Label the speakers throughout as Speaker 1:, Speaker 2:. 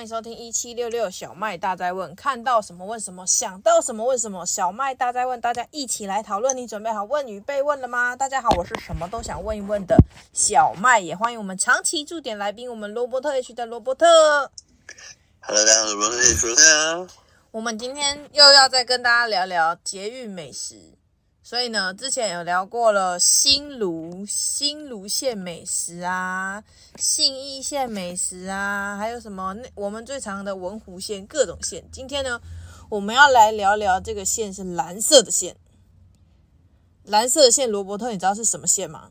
Speaker 1: 迎收听一七六六小麦大在问，看到什么问什么，想到什么问什么。小麦大在问，大家一起来讨论。你准备好问与被问了吗？大家好，我是什么都想问一问的小麦，也欢迎我们长期驻点来宾，我们罗伯特 H 的罗伯特。
Speaker 2: Hello，大家好，我是主持人。
Speaker 1: 我们今天又要再跟大家聊聊节育美食，所以呢，之前有聊过了新芦新芦县美食啊，信义县美食啊，还有什么那我们最常的文湖县各种县。今天呢，我们要来聊聊这个县是蓝色的县，蓝色的县罗伯特，你知道是什么县吗？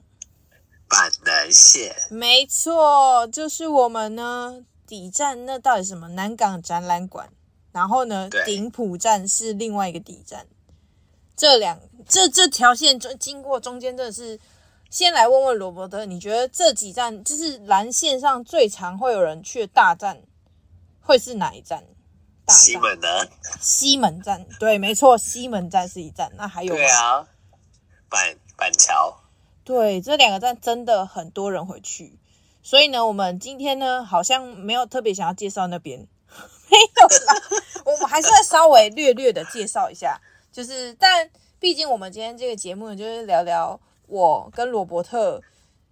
Speaker 2: 板南线，
Speaker 1: 没错，就是我们呢底站那到底什么南港展览馆，然后呢
Speaker 2: 对
Speaker 1: 顶埔站是另外一个底站，这两这这条线中经过中间真的是，先来问问罗伯特，你觉得这几站就是蓝线上最常会有人去的大站会是哪一站？大
Speaker 2: 西
Speaker 1: 站
Speaker 2: 门南。
Speaker 1: 西门站，对，没错，西门站是一站，那还有
Speaker 2: 对
Speaker 1: 吗
Speaker 2: 啊，板板桥。
Speaker 1: 对，这两个站真的很多人会去，所以呢，我们今天呢好像没有特别想要介绍那边， 没有啦，我们还是会稍微略略的介绍一下，就是但毕竟我们今天这个节目呢，就是聊聊我跟罗伯特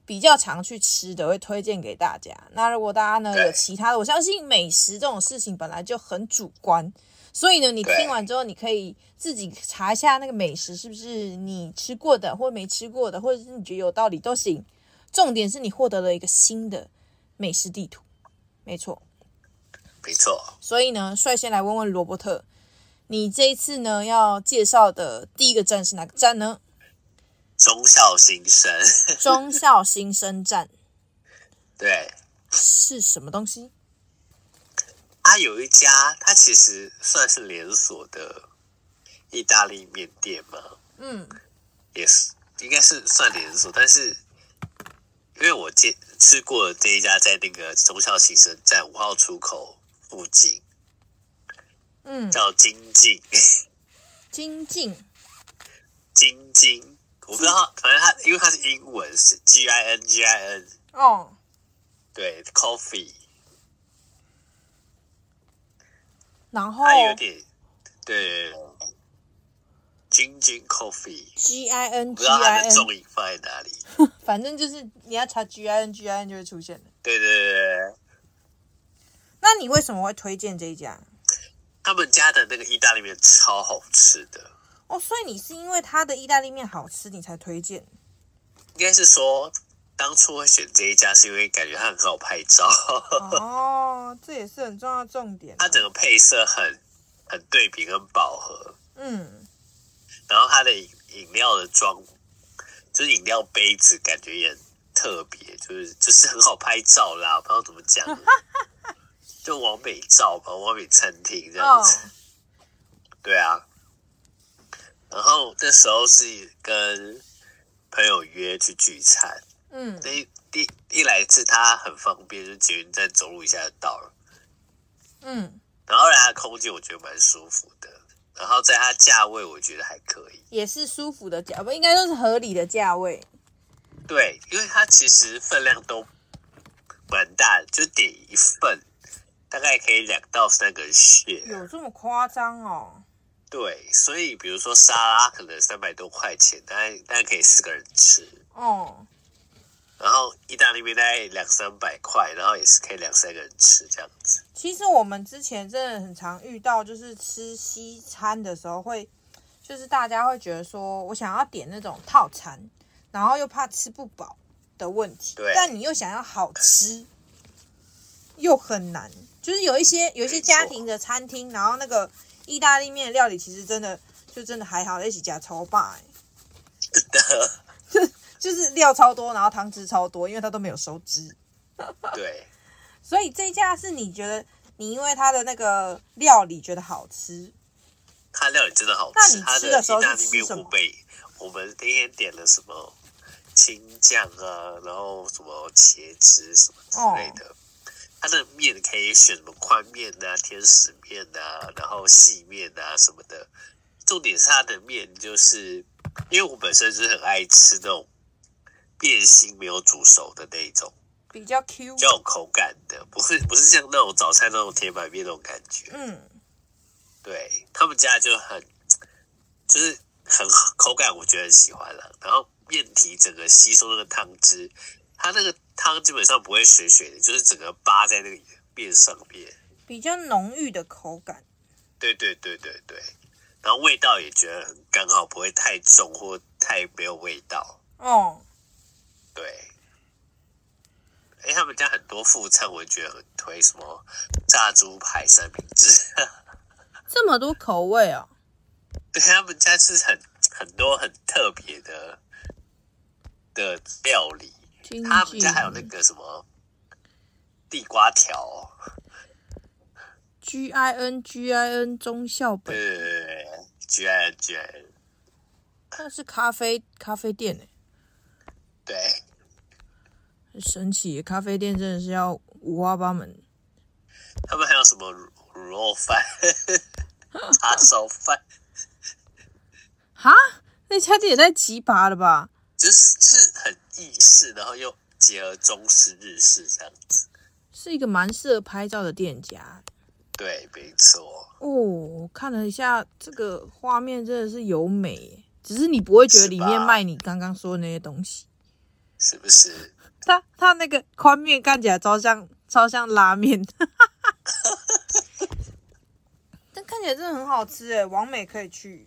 Speaker 1: 比较常去吃的，会推荐给大家。那如果大家呢
Speaker 2: 对
Speaker 1: 有其他的，我相信美食这种事情本来就很主观，所以呢，你
Speaker 2: 对
Speaker 1: 听完之后，你可以自己查一下那个美食是不是你吃过的，或没吃过的，或者是你觉得有道理都行。重点是你获得了一个新的美食地图，没错。
Speaker 2: 没错，
Speaker 1: 所以呢，率先来问问罗伯特，你这一次呢要介绍的第一个站是哪个站 呢？
Speaker 2: 忠孝新生。
Speaker 1: 忠孝新生站
Speaker 2: 对，
Speaker 1: 是什么东西？
Speaker 2: 它啊有一家，它其实算是连锁的意大利面店嘛，
Speaker 1: 嗯，
Speaker 2: 也是应该是算连锁，但是因为我接吃过的这一家在那个忠孝新生站五号出口附近，
Speaker 1: 嗯，
Speaker 2: 叫金靖。
Speaker 1: 精进
Speaker 2: 晶晶，我不知道，反正它因为它是英文是 G I N G I N，
Speaker 1: 哦，
Speaker 2: 对，coffee，
Speaker 1: 然后
Speaker 2: 它哎有点对，晶晶 coffee，
Speaker 1: G I N G
Speaker 2: 我不知道它
Speaker 1: I
Speaker 2: 的
Speaker 1: N，
Speaker 2: 重音放在哪里。
Speaker 1: 反正就是你要查 G I N G I N 就会出现的。
Speaker 2: 对对对对，对
Speaker 1: 那你为什么会推荐这一家？
Speaker 2: 他们家的那个意大利面超好吃的，
Speaker 1: 哦，所以你是因为它的意大利面好吃，你才推荐？
Speaker 2: 应该是说当初会选这一家是因为感觉它很好拍照，
Speaker 1: 哦，这也是很重要的重点啊、
Speaker 2: 它整个配色很很对比跟饱和，
Speaker 1: 嗯，
Speaker 2: 然后它的饮饮料的装，就是饮料杯子，感觉也很特别，就是就是很好拍照啦，我不知道怎么讲，就完美照吧，完美餐厅这样
Speaker 1: 哦，
Speaker 2: 子。对啊，然后那时候是跟朋友约去聚餐，
Speaker 1: 嗯，
Speaker 2: 那一一一来是它很方便，就捷运站走路一下就到了，
Speaker 1: 嗯，
Speaker 2: 然后它的空间我觉得蛮舒服的，然后在它价位我觉得还可以。
Speaker 1: 也是舒服的价，不应该说是合理的价位。
Speaker 2: 对，因为它其实分量都蛮大的，就点一份，大概可以两到三个人 share。
Speaker 1: 有这么夸张哦？
Speaker 2: 对，所以比如说沙拉可能三百多块钱，大概大概可以四个人吃。
Speaker 1: 哦，
Speaker 2: 然后意大利面大概两三百块，然后也是可以两三个人吃这样子。
Speaker 1: 其实我们之前真的很常遇到，就是吃西餐的时候会，就是大家会觉得说我想要点那种套餐，然后又怕吃不饱的问题，
Speaker 2: 对
Speaker 1: 但你又想要好吃，又很难。就是有一些有一些家庭的餐厅，然后那个意大利面的料理其实真的就真的还好，一起加超霸、欸，就是料超多，然后汤汁超多，因为它都没有收汁。
Speaker 2: 对，
Speaker 1: 所以这一家是你觉得你因为它的那个料理觉得好吃，
Speaker 2: 它料理真的好
Speaker 1: 那
Speaker 2: 吃。
Speaker 1: 你
Speaker 2: 它
Speaker 1: 吃的时候
Speaker 2: 意大
Speaker 1: 是
Speaker 2: 利
Speaker 1: 吃
Speaker 2: 面
Speaker 1: 什么
Speaker 2: 我们我们那天点了什么青酱啊，然后什么茄汁什么之类的。
Speaker 1: 哦
Speaker 2: 它的面可以选什么宽面啊、天使面啊，然后细面啊什么的。重点是它的面，就是因为我本身就是很爱吃那种面心没有煮熟的那一种，
Speaker 1: 比较 Q，
Speaker 2: 比较有口感的，不是不是像那种早餐那种铁板面那种感觉。
Speaker 1: 嗯，
Speaker 2: 对他们家就很，就是很口感，我觉得很喜欢了。然后面体整个吸收那个汤汁，它那个汤基本上不会水水的，就是整个扒在那个面上面。
Speaker 1: 比较浓郁的口感。
Speaker 2: 对对对对对，然后味道也觉得很刚好，不会太重或太没有味道。
Speaker 1: 哦，
Speaker 2: 对，哎，他们家很多副餐，我觉得很推，什么炸猪排三明治，
Speaker 1: 这么多口味哦。
Speaker 2: 对他们家是很很多很特别的的料理。
Speaker 1: 经
Speaker 2: 他们家还有那
Speaker 1: 济
Speaker 2: 个什么地瓜条，
Speaker 1: G I N G I N 中校
Speaker 2: 对
Speaker 1: 北，
Speaker 2: 对对对，居然居然
Speaker 1: 那是咖啡咖啡店诶、
Speaker 2: 对。
Speaker 1: 很神奇耶，咖啡店真的是要五花八门。
Speaker 2: 他们还有什么卤卤肉饭、叉烧饭，
Speaker 1: 哈，那家店也太奇葩了吧！
Speaker 2: 就是就是很意式，然后又结合中式、日式这样子。
Speaker 1: 是一个蛮适合拍照的店家
Speaker 2: 对，没错，
Speaker 1: 哦。我看了一下这个画面，真的是有美耶，只是你不会觉得里
Speaker 2: 是
Speaker 1: 面
Speaker 2: 吧
Speaker 1: 卖你刚刚说的那些东西。
Speaker 2: 是不是？
Speaker 1: 它它那个宽面看起来超像超像拉面， 但看起来真的很好吃哎，王美可以去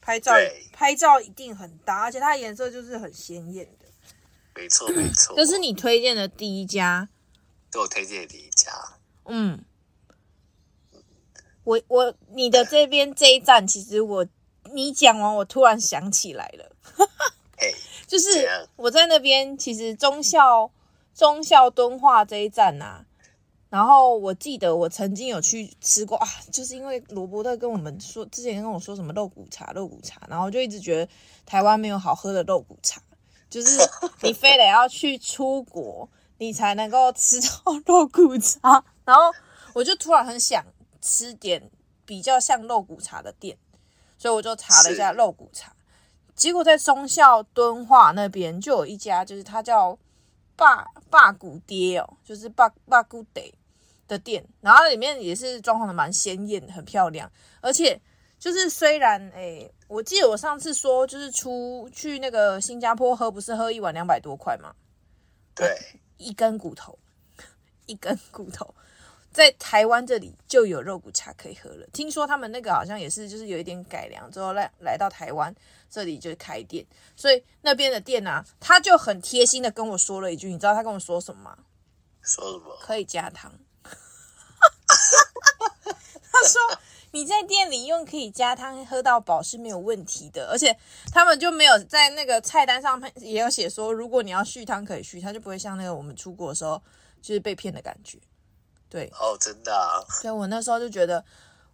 Speaker 1: 拍照
Speaker 2: 对，
Speaker 1: 拍照一定很搭，而且它的颜色就是很鲜艳的。
Speaker 2: 没错，没错。
Speaker 1: 这是你推荐的第一家，
Speaker 2: 对我推荐的第一家，
Speaker 1: 嗯，我我你的这边这一站，其实我你讲完，我突然想起来了。
Speaker 2: 嘿，
Speaker 1: 就是
Speaker 2: 怎样
Speaker 1: 我在那边，其实中校中校敦化这一站啊，然后我记得我曾经有去吃过啊，就是因为罗伯特跟我们说之前跟我说什么肉骨茶肉骨茶，然后我就一直觉得台湾没有好喝的肉骨茶，就是你非得要去出国，你才能够吃到肉骨茶，然后我就突然很想吃点比较像肉骨茶的店，所以我就查了一下
Speaker 2: 是
Speaker 1: 肉骨茶。结果在中校敦化那边就有一家，就是它叫霸霸谷爹哦，就是霸霸谷爹的店，然后里面也是装潢的蛮鲜艳的，很漂亮，而且就是虽然诶、我记得我上次说就是出去那个新加坡喝，不是喝一碗两百多块吗？
Speaker 2: 对，
Speaker 1: 一根骨头，一根骨头，在台湾这里就有肉骨茶可以喝了。听说他们那个好像也是，就是有一点改良之后来来到台湾这里就开店，所以那边的店啊，他就很贴心的跟我说了一句，你知道他跟我说什么吗？
Speaker 2: 说什么？
Speaker 1: 可以加糖。 他说你在店里用可以加汤喝到饱是没有问题的，而且他们就没有在那个菜单上面也有写说，如果你要续汤可以续，他就不会像那个我们出国的时候就是被骗的感觉。对，
Speaker 2: 哦，真的、啊，
Speaker 1: 所以我那时候就觉得，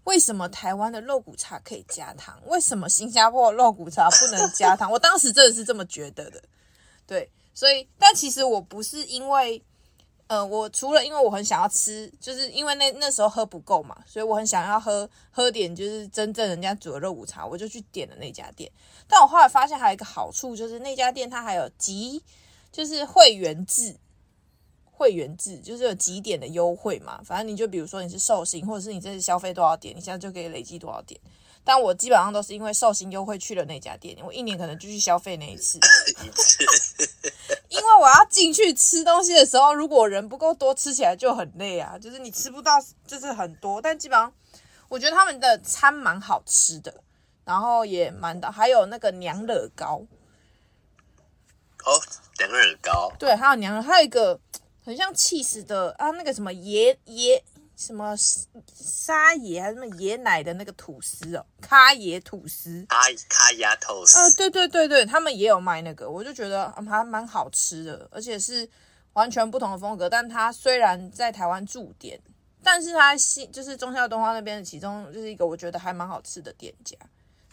Speaker 1: 为什么台湾的肉骨茶可以加糖，为什么新加坡的肉骨茶不能加糖？ 我当时真的是这么觉得的。对，所以但其实我不是因为，呃，我除了因为我很想要吃，就是因为那那时候喝不够嘛，所以我很想要喝喝点就是真正人家煮的肉骨茶，我就去点了那家店。但我后来发现还有一个好处，就是那家店它还有集，就是会员制。会员制就是有几点的优惠嘛，反正你就比如说你是寿星，或者是你这次消费多少点，你现在就可以累积多少点。但我基本上都是因为寿星优惠去了那家店，我一年可能就去消费那一次。
Speaker 2: 一次
Speaker 1: 因为我要进去吃东西的时候，如果人不够多，吃起来就很累啊。就是你吃不到，就是很多。但基本上，我觉得他们的餐蛮好吃的，然后也蛮的，还有那个娘惹糕，
Speaker 2: 哦，两个人高，
Speaker 1: 对，还有娘惹，还有一个很像 cheese 的啊，那个什么椰椰什么沙椰还是什么椰奶的那个吐司哦，咖椰吐司。
Speaker 2: 咖咖鸭头丝，
Speaker 1: 啊，对对对对，他们也有卖那个，我就觉得嗯还蛮好吃的，而且是完全不同的风格。但它虽然在台湾驻点，但是它新就是中孝东花那边的其中就是一个我觉得还蛮好吃的店家，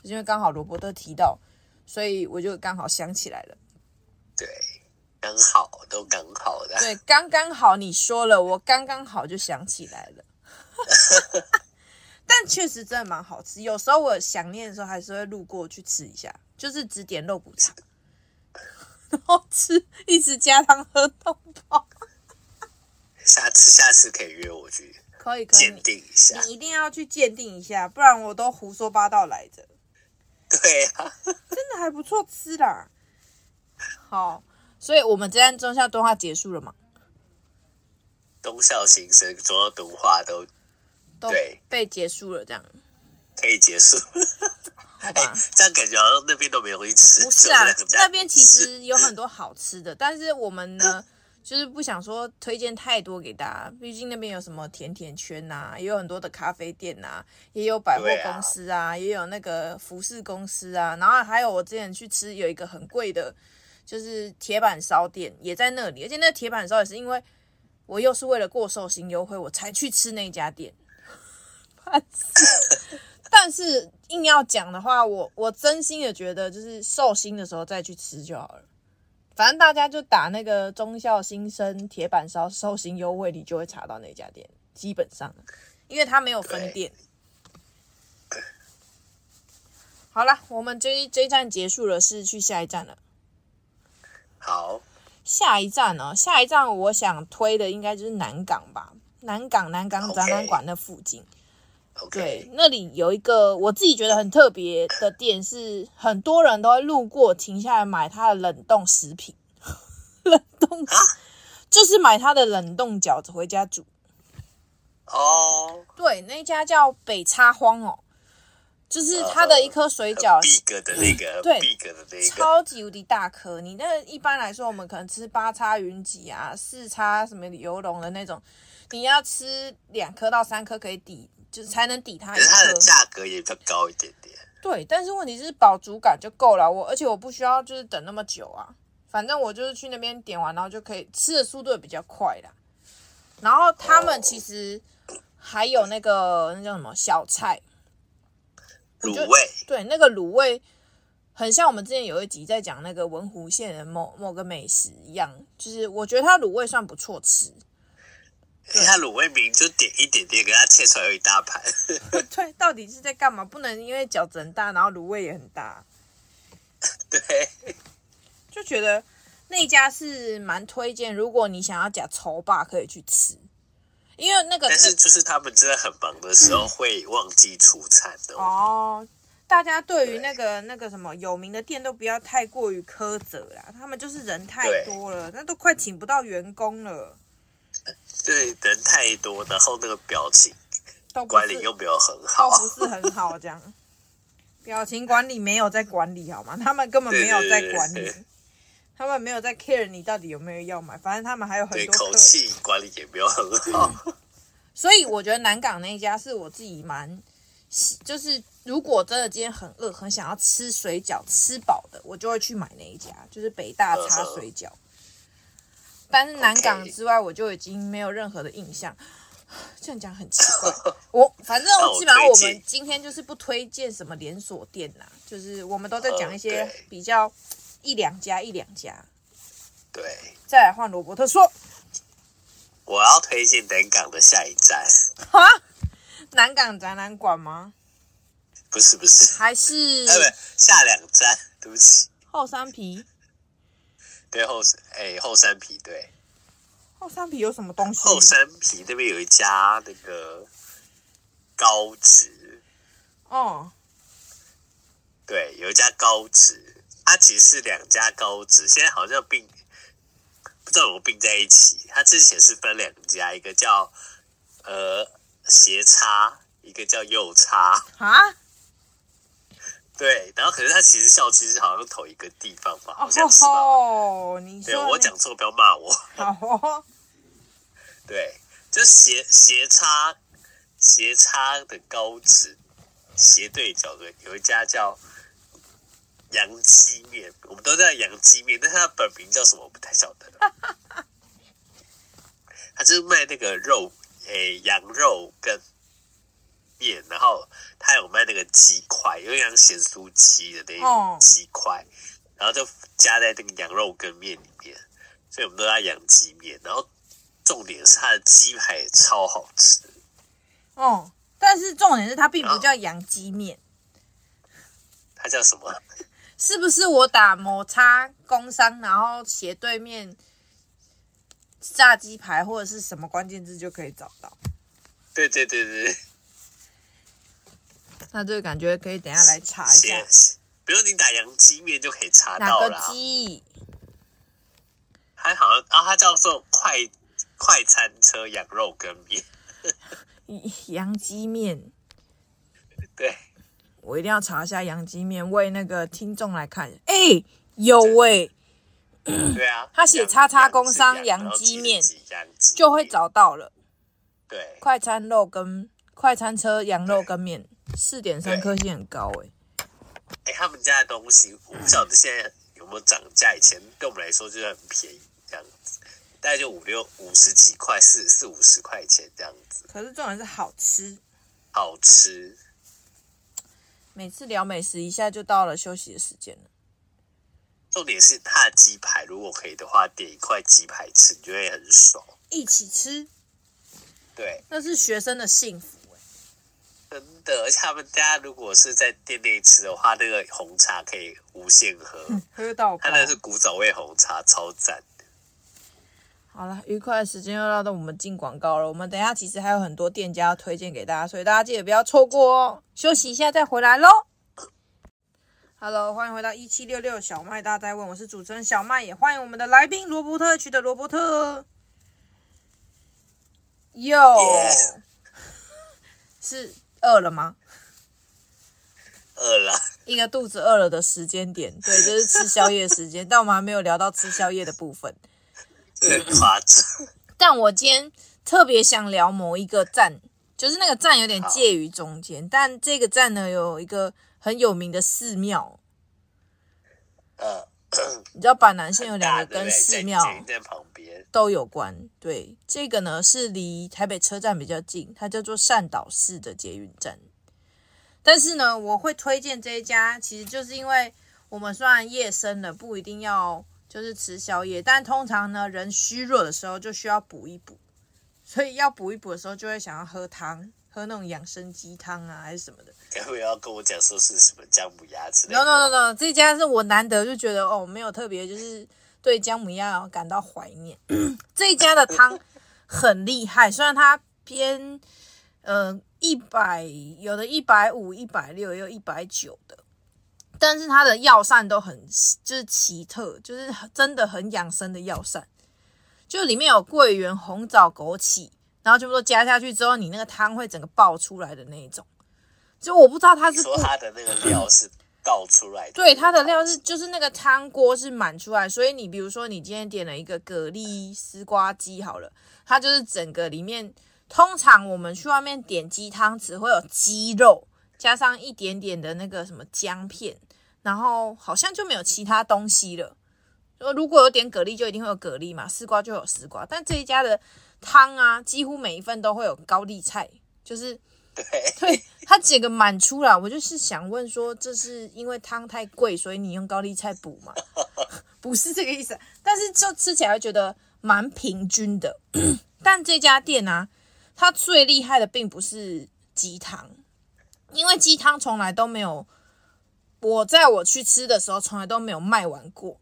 Speaker 1: 就是因为刚好罗伯特提到，所以我就刚好想起来了。
Speaker 2: 对，刚好都刚好的，
Speaker 1: 对，刚刚好你说了，我刚刚好就想起来了。 但确实真的蛮好吃，有时候我想念的时候还是会路过去吃一下，就是只点 肉骨茶，然后吃一直加汤喝到饱。
Speaker 2: 次下次可以约我去
Speaker 1: 可以可以
Speaker 2: 鉴，定一下。
Speaker 1: 你一定要去鉴定一下，不然我都胡说八道来着。
Speaker 2: 对啊，
Speaker 1: 真的还不错吃啦。好，所以我们这段中校对话结束了嘛？
Speaker 2: 东校新生、中校敦化都
Speaker 1: 都
Speaker 2: 对
Speaker 1: 被结束了，这样
Speaker 2: 可以结束。
Speaker 1: 好
Speaker 2: 哎、
Speaker 1: 吧？
Speaker 2: 这样感觉好像那边都没东西吃。
Speaker 1: 不是啊
Speaker 2: 就在我们，家
Speaker 1: 那边其
Speaker 2: 吃
Speaker 1: 实有很多好吃的，但是我们呢， 就是不想说推荐太多给大家，毕竟那边有什么甜甜圈呐、也有很多的咖啡店呐、也有百货
Speaker 2: 对啊
Speaker 1: 公司啊，也有那个服饰公司啊，然后还有我之前去吃有一个很贵的，就是铁板烧店也在那里，而且那个铁板烧也是因为我又是为了过寿星优惠我才去吃那家店， 烦死但是硬要讲的话，我我真心的觉得，就是寿星的时候再去吃就好了。反正大家就打那个忠孝新生铁板烧寿星优惠，你就会查到那家店，基本上，因为它没有分店。好了，我们这一这一站结束了，是去下一站了。
Speaker 2: 好，
Speaker 1: 下一站呢、下一站我想推的应该就是南港吧，南港南港
Speaker 2: OK
Speaker 1: 展览馆那附近。对
Speaker 2: OK，，
Speaker 1: 那里有一个我自己觉得很特别的店，是很多人都会路过停下来买它的冷冻食品， 冷冻就是买它的冷冻饺子回家煮。
Speaker 2: 哦，
Speaker 1: 对，那一家叫北叉荒哦，呃就是它的一颗水饺
Speaker 2: 很 big 的那个，
Speaker 1: 嗯对
Speaker 2: big 的那个，
Speaker 1: 超级无敌大颗。你那一般来说，我们可能吃八叉云集啊、四叉什么游龙的那种，你要吃两颗到三颗可以抵，就是才能抵它
Speaker 2: 可
Speaker 1: 一
Speaker 2: 是它的
Speaker 1: 颗。
Speaker 2: 价格也比较高一点点。
Speaker 1: 对，但是问题是饱足感就够了，我而且我不需要就是等那么久啊，反正我就是去那边点完，然后就可以吃的速度也比较快啦。然后他们
Speaker 2: 哦
Speaker 1: 其实还有那个那叫什么小菜，就
Speaker 2: 卤味
Speaker 1: 对，那个卤味很像我们之前有一集在讲那个文湖县的某某个美食一样，就是我觉得它卤味算不错吃，
Speaker 2: 因哎为它卤味明明就点一点点，给它切出来有一大盘。
Speaker 1: 对，到底是在干嘛？不能因为饺子很大，然后卤味也很大，
Speaker 2: 对，
Speaker 1: 就觉得那一家是蛮推荐，如果你想要假丑霸可以去吃，因为 那个
Speaker 2: 但是就是他们真的很忙的时候会忘记出餐的哦。
Speaker 1: 哦，大家对于
Speaker 2: 对
Speaker 1: 那个那个什么有名的店都不要太过于苛责啦，他们就是人太
Speaker 2: 对
Speaker 1: 多了，那都快请不到员工了，
Speaker 2: 对，人太多，然后那个表情
Speaker 1: 都不
Speaker 2: 管
Speaker 1: 是
Speaker 2: 理又没有很
Speaker 1: 都
Speaker 2: 好。
Speaker 1: 不是哦很好这样。表情管理没有在管理好吗？他们根本没有在管
Speaker 2: 对对
Speaker 1: 理
Speaker 2: 对对，
Speaker 1: 他们没有在 care 你到底有没有要买，反正他们还有很
Speaker 2: 对，
Speaker 1: 多客
Speaker 2: 口
Speaker 1: 人。
Speaker 2: 气管理也没有很好。
Speaker 1: 所以我觉得南港那一家是我自己蛮喜，就是如果真的今天很饿，很想要吃水饺吃饱的，我就会去买那一家，就是北大叉水饺。但是南港
Speaker 2: 嗯 OK
Speaker 1: 之外，我就已经没有任何的印象。 这样讲很奇怪，我反正
Speaker 2: 那我
Speaker 1: 基本上我
Speaker 2: 推
Speaker 1: 们
Speaker 2: 荐
Speaker 1: 今天就是不推荐什么连锁店啦、就是我们都在讲一
Speaker 2: 哦
Speaker 1: 些
Speaker 2: 对
Speaker 1: 比较一两家一两家。
Speaker 2: 对，
Speaker 1: 再来换罗伯特说，
Speaker 2: 我要推荐南港的下一站，
Speaker 1: 哈，南港展览馆吗？
Speaker 2: 不是不是，
Speaker 1: 还是
Speaker 2: 呃，不，下两站，对不起，
Speaker 1: 后山皮？
Speaker 2: 对后哎后山皮对。
Speaker 1: 后山皮有什么东西？
Speaker 2: 后山皮那边有一家那个高职，
Speaker 1: 哦，
Speaker 2: 对，有一家高职，它其实是两家高职，现在好像并不知道有没有并在一起。它之前是分两家，一个叫呃斜插，一个叫右插，
Speaker 1: 啊，
Speaker 2: 对。然后可是它其实校区是好像同一个地方吧，好哦
Speaker 1: 哦
Speaker 2: 像是吧？
Speaker 1: 吼，哦你说
Speaker 2: 对，
Speaker 1: 的那
Speaker 2: 我讲错，不要骂我。
Speaker 1: 好哦，
Speaker 2: 对，就斜斜插斜插的高指斜对角的有一家叫杨鸡面，我们都叫杨鸡面，但是它本名叫什么我不太晓得。 它就是卖那个肉，诶、羊肉跟面，然后它有卖那个鸡块，有点像咸酥鸡的那
Speaker 1: 哦
Speaker 2: 种鸡块，然后就加在那个羊肉跟面里面，所以我们都叫羊鸡面，然后。重点是它的鸡排也超好吃，
Speaker 1: 哦，但是重点是它并不叫洋鸡面，
Speaker 2: 它叫什么？
Speaker 1: 是不是？我打摩擦工商，然后斜对面炸鸡排或者是什么关键字就可以找到。
Speaker 2: 对对对对，
Speaker 1: 那这个感觉可以等一下来查一下
Speaker 2: 写，比如你打洋鸡面就可以查
Speaker 1: 哪
Speaker 2: 到
Speaker 1: 个
Speaker 2: 啦。
Speaker 1: 鸡。
Speaker 2: 还好像啊，它叫做快快餐车羊肉羹面，
Speaker 1: 洋鸡面，
Speaker 2: 对，
Speaker 1: 我一定要查一下洋鸡面，为那个听众来看。哎、有哎、
Speaker 2: 对啊，
Speaker 1: 他写
Speaker 2: 羊
Speaker 1: 叉叉工商
Speaker 2: 羊是
Speaker 1: 羊鸡
Speaker 2: 是
Speaker 1: 面
Speaker 2: 鸡羊鸡
Speaker 1: 就会
Speaker 2: 面
Speaker 1: 找到了。
Speaker 2: 对，
Speaker 1: 快餐肉跟快餐车羊肉跟面，四点三
Speaker 2: 对
Speaker 1: 颗星很高哎、
Speaker 2: 哎、他们家的东西，我不晓得现在有没有涨价。以前对我们来说就是很便宜这样子，大概就五六五十几块，四四五十块钱这样子，
Speaker 1: 可是重点是好吃。
Speaker 2: 好吃。
Speaker 1: 每次聊美食，一下就到了休息的时间了。
Speaker 2: 重点是它的鸡排，如果可以的话，点一块鸡排吃，你就会很爽。
Speaker 1: 一起吃，
Speaker 2: 对，
Speaker 1: 那是学生的幸福哎、
Speaker 2: 真的。而且他们家如果是在店内吃的话，那个红茶可以无限喝，
Speaker 1: 喝到饱
Speaker 2: 它。那是古早味红茶，超赞。
Speaker 1: 好了，愉快的时间又到到我们进广告了。我们等一下其实还有很多店家要推荐给大家，所以大家记得不要错过哦。休息一下再回来喽。Hello，欢迎回到一七六六小麦大在问，我是主持人小麦，也欢迎我们的来宾罗伯特区的罗伯特。哟
Speaker 2: Yes
Speaker 1: 是饿了吗？
Speaker 2: 饿了，
Speaker 1: 一个肚子饿了的时间点，对，这、是吃宵夜时间，但我们还没有聊到吃宵夜的部分。
Speaker 2: 真的很夸 张。
Speaker 1: 但我今天特别想聊某一个站，就是那个站有点介于中间，但这个站呢有一个很有名的寺庙，
Speaker 2: 呃，
Speaker 1: 你知道板南嗯线有两
Speaker 2: 大
Speaker 1: 个
Speaker 2: 对不
Speaker 1: 跟
Speaker 2: 对
Speaker 1: 寺
Speaker 2: 在
Speaker 1: 庙
Speaker 2: 捷运站旁边，
Speaker 1: 都有关。对，这个呢是离台北车站比较近，它叫做善导寺的捷运站。但是呢，我会推荐这一家，其实就是因为我们虽然夜深了，不一定要就是吃宵夜，但通常呢，人虚弱的时候就需要补一补，所以要补一补的时候就会想要喝汤，喝那种养生鸡汤啊，还是什么的。
Speaker 2: 该不会要跟我讲说是什么姜母鸭之类
Speaker 1: No
Speaker 2: 的？
Speaker 1: no no no，这家是我难得就觉得哦，没有特别就是对姜母鸭感到怀念。 这一家的汤很厉害，虽然它偏呃一百有的一百五、一百六，也有一百九的，但是它的药膳都很就是奇特，就是真的很养生的药膳，就里面有桂圆、红枣、枸杞，然后全部都加下去之后，你那个汤会整个爆出来的那一种。就我不知道它
Speaker 2: 你
Speaker 1: 是
Speaker 2: 说
Speaker 1: 故
Speaker 2: 它的那个料是倒出来的，
Speaker 1: 对，它的料是就是那个汤锅是满出来，所以你比如说你今天点了一个蛤蜊丝瓜鸡好了，它就是整个里面，通常我们去外面点鸡汤只会有鸡肉加上一点点的那个什么姜片，然后好像就没有其他东西了。呃如果有点蛤蜊，就一定会有蛤蜊嘛，丝瓜就有丝瓜。但这一家的汤啊，几乎每一份都会有高丽菜，就是
Speaker 2: 对，
Speaker 1: 对，它整个满出来，我就是想问说，这是因为汤太贵，所以你用高丽菜补 嘛？不是这个意思，但是就吃起来会觉得蛮平均的。 但这家店啊，它最厉害的并不是鸡汤，因为鸡汤从来都没有，我在我去吃的时候从来都没有卖完过，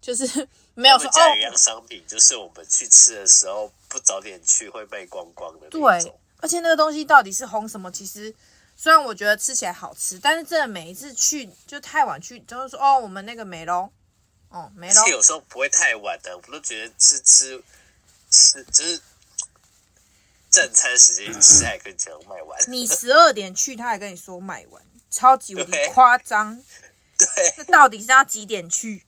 Speaker 1: 就是没有
Speaker 2: 我
Speaker 1: 说
Speaker 2: 们
Speaker 1: 哦，
Speaker 2: 家有一样商品，就是我们去吃的时候不早点去会卖光光的那
Speaker 1: 对
Speaker 2: 种。，
Speaker 1: 而且那个东西到底是红什么？其实虽然我觉得吃起来好吃，但是真的每一次去就太晚去，就是说哦，我们那个没喽，哦没
Speaker 2: 而
Speaker 1: 喽
Speaker 2: 且，有时候不会太晚的，我们都觉得吃吃吃就是正餐时间去吃还可以这样卖完。
Speaker 1: 你十二点去，他还跟你说卖完，超级无敌
Speaker 2: 对
Speaker 1: 夸张。
Speaker 2: 对，
Speaker 1: 那到底是要几点去？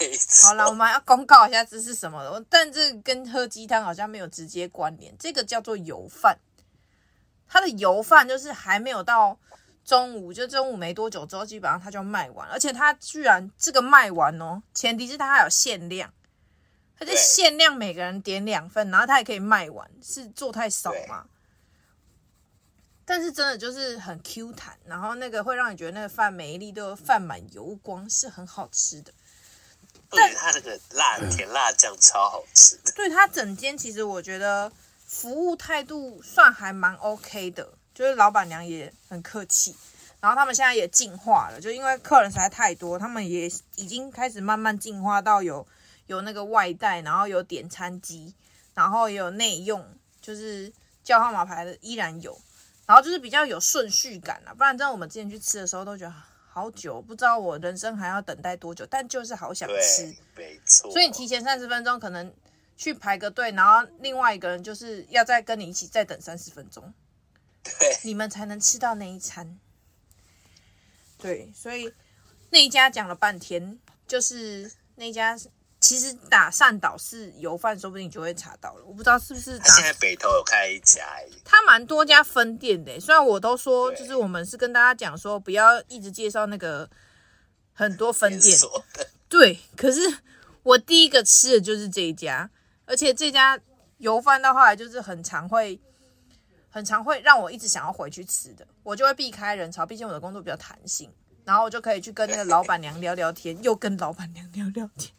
Speaker 2: 没
Speaker 1: 好 了，我
Speaker 2: 错，
Speaker 1: 们要公告一下这是什么了，但这跟喝鸡汤好像没有直接关联。这个叫做油饭，它的油饭就是还没有到中午，就中午没多久之后，基本上它就卖完，而且它居然这个卖完哦，前提是它还有限量，它就
Speaker 2: 对
Speaker 1: 限量每个人点两份，然后它也可以卖完，是做太少嘛？但是真的就是很 Q 弹，然后那个会让你觉得那个饭每一粒都有泛满油光，是很好吃的。
Speaker 2: 而且它那个辣甜辣酱超好吃的，
Speaker 1: 对他整间其实我觉得服务态度算还蛮 OK 的，就是老板娘也很客气。然后他们现在也进化了，就因为客人实在太多，他们也已经开始慢慢进化到有有那个外带，然后有点餐机，然后也有内用，就是叫号码牌的依然有，然后就是比较有顺序感啦。不然真的我们之前去吃的时候都觉得好久，不知道我人生还要等待多久，但就是好想吃
Speaker 2: 对。，没错。
Speaker 1: 所以你提前三十分钟可能去排个队，然后另外一个人就是要再跟你一起再等三十分钟，
Speaker 2: 对
Speaker 1: 你们才能吃到那一餐。对，所以那一家讲了半天，就是那一家其实打善岛是油饭，说不定你就会查到了。我不知道是不是
Speaker 2: 他现
Speaker 1: 打
Speaker 2: 在北投有开一家而已，
Speaker 1: 它蛮多家分店的耶，欸虽然我都说
Speaker 2: 对
Speaker 1: 就是我们是跟大家讲说不要一直介绍那个很多分店
Speaker 2: 连，锁的
Speaker 1: 对，可是我第一个吃的就是这一家，而且这家油饭到后来就是很常会，很常会让我一直想要回去吃的，我就会避开人潮，毕竟我的工作比较弹性，然后我就可以去跟那个老板娘聊聊天，又跟老板娘聊聊天。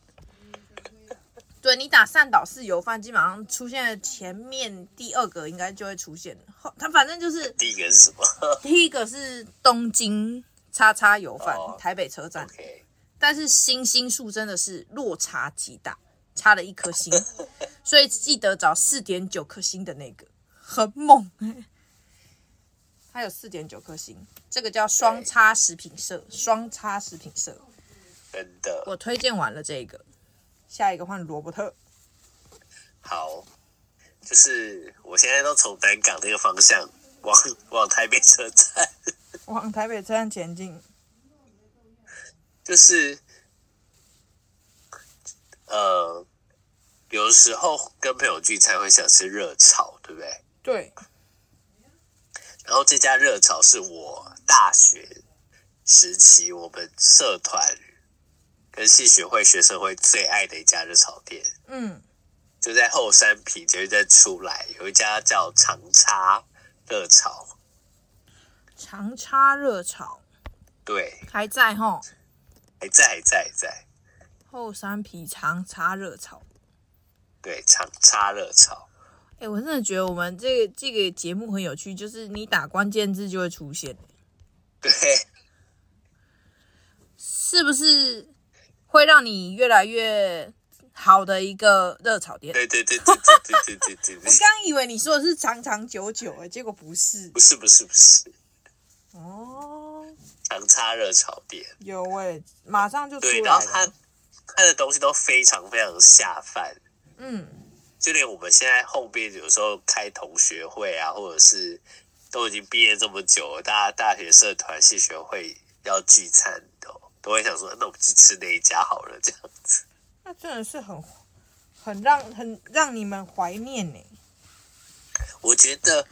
Speaker 1: 对你打善导式油饭，基本上出现的前面第二个应该就会出现了，后它反正就是
Speaker 2: 第一个是 什么
Speaker 1: 第一个是东京叉叉油饭，
Speaker 2: 哦
Speaker 1: 台北车站。
Speaker 2: ？OK，
Speaker 1: 但是星星数真的是落差极大，差了一颗星，所以记得找四点九颗星的那个，很猛哎、它有四点九颗星，这个叫双叉食品社，双叉食品社，
Speaker 2: 真的
Speaker 1: 我推荐完了这个，下一个换罗伯特，
Speaker 2: 好，就是我现在都从南港那个方向往往台北车站，
Speaker 1: 往台北车站前进，
Speaker 2: 就是呃，有时候跟朋友聚餐会想吃热炒，对不对？
Speaker 1: 对，
Speaker 2: 然后这家热炒是我大学时期我们社团跟系学会学生会最爱的一家热炒店，
Speaker 1: 嗯，
Speaker 2: 就在后山皮捷运站出来有一家叫长叉热炒，
Speaker 1: 长叉热炒
Speaker 2: 对，
Speaker 1: 还在吼，
Speaker 2: 还在还在还在，
Speaker 1: 后山皮长叉热炒。
Speaker 2: 对，长叉热炒，
Speaker 1: 哎、我真的觉得我们这个这个节目很有趣，就是你打关键字就会出现，
Speaker 2: 对，
Speaker 1: 是不是会让你越来越好的一个热炒店？
Speaker 2: 对对对对对对对对对
Speaker 1: 我
Speaker 2: 对，
Speaker 1: 刚以为你说的是长长久久、哎，结果不是
Speaker 2: 不是不是不是，
Speaker 1: 哦。
Speaker 2: 长叉热炒店，
Speaker 1: 有哎、马上就出
Speaker 2: 对，然
Speaker 1: 来
Speaker 2: 后它
Speaker 1: 了。
Speaker 2: 它的东西都非常非常下饭，
Speaker 1: 嗯，
Speaker 2: 就连我们现在后边有时候开同学会啊，或者是都已经毕业这么久了，大家大学社团、系学会要聚餐都都会想说，那我们去吃那一家好了，这样子。
Speaker 1: 那真的是很很让很让你们怀念欸呢、
Speaker 2: 我觉得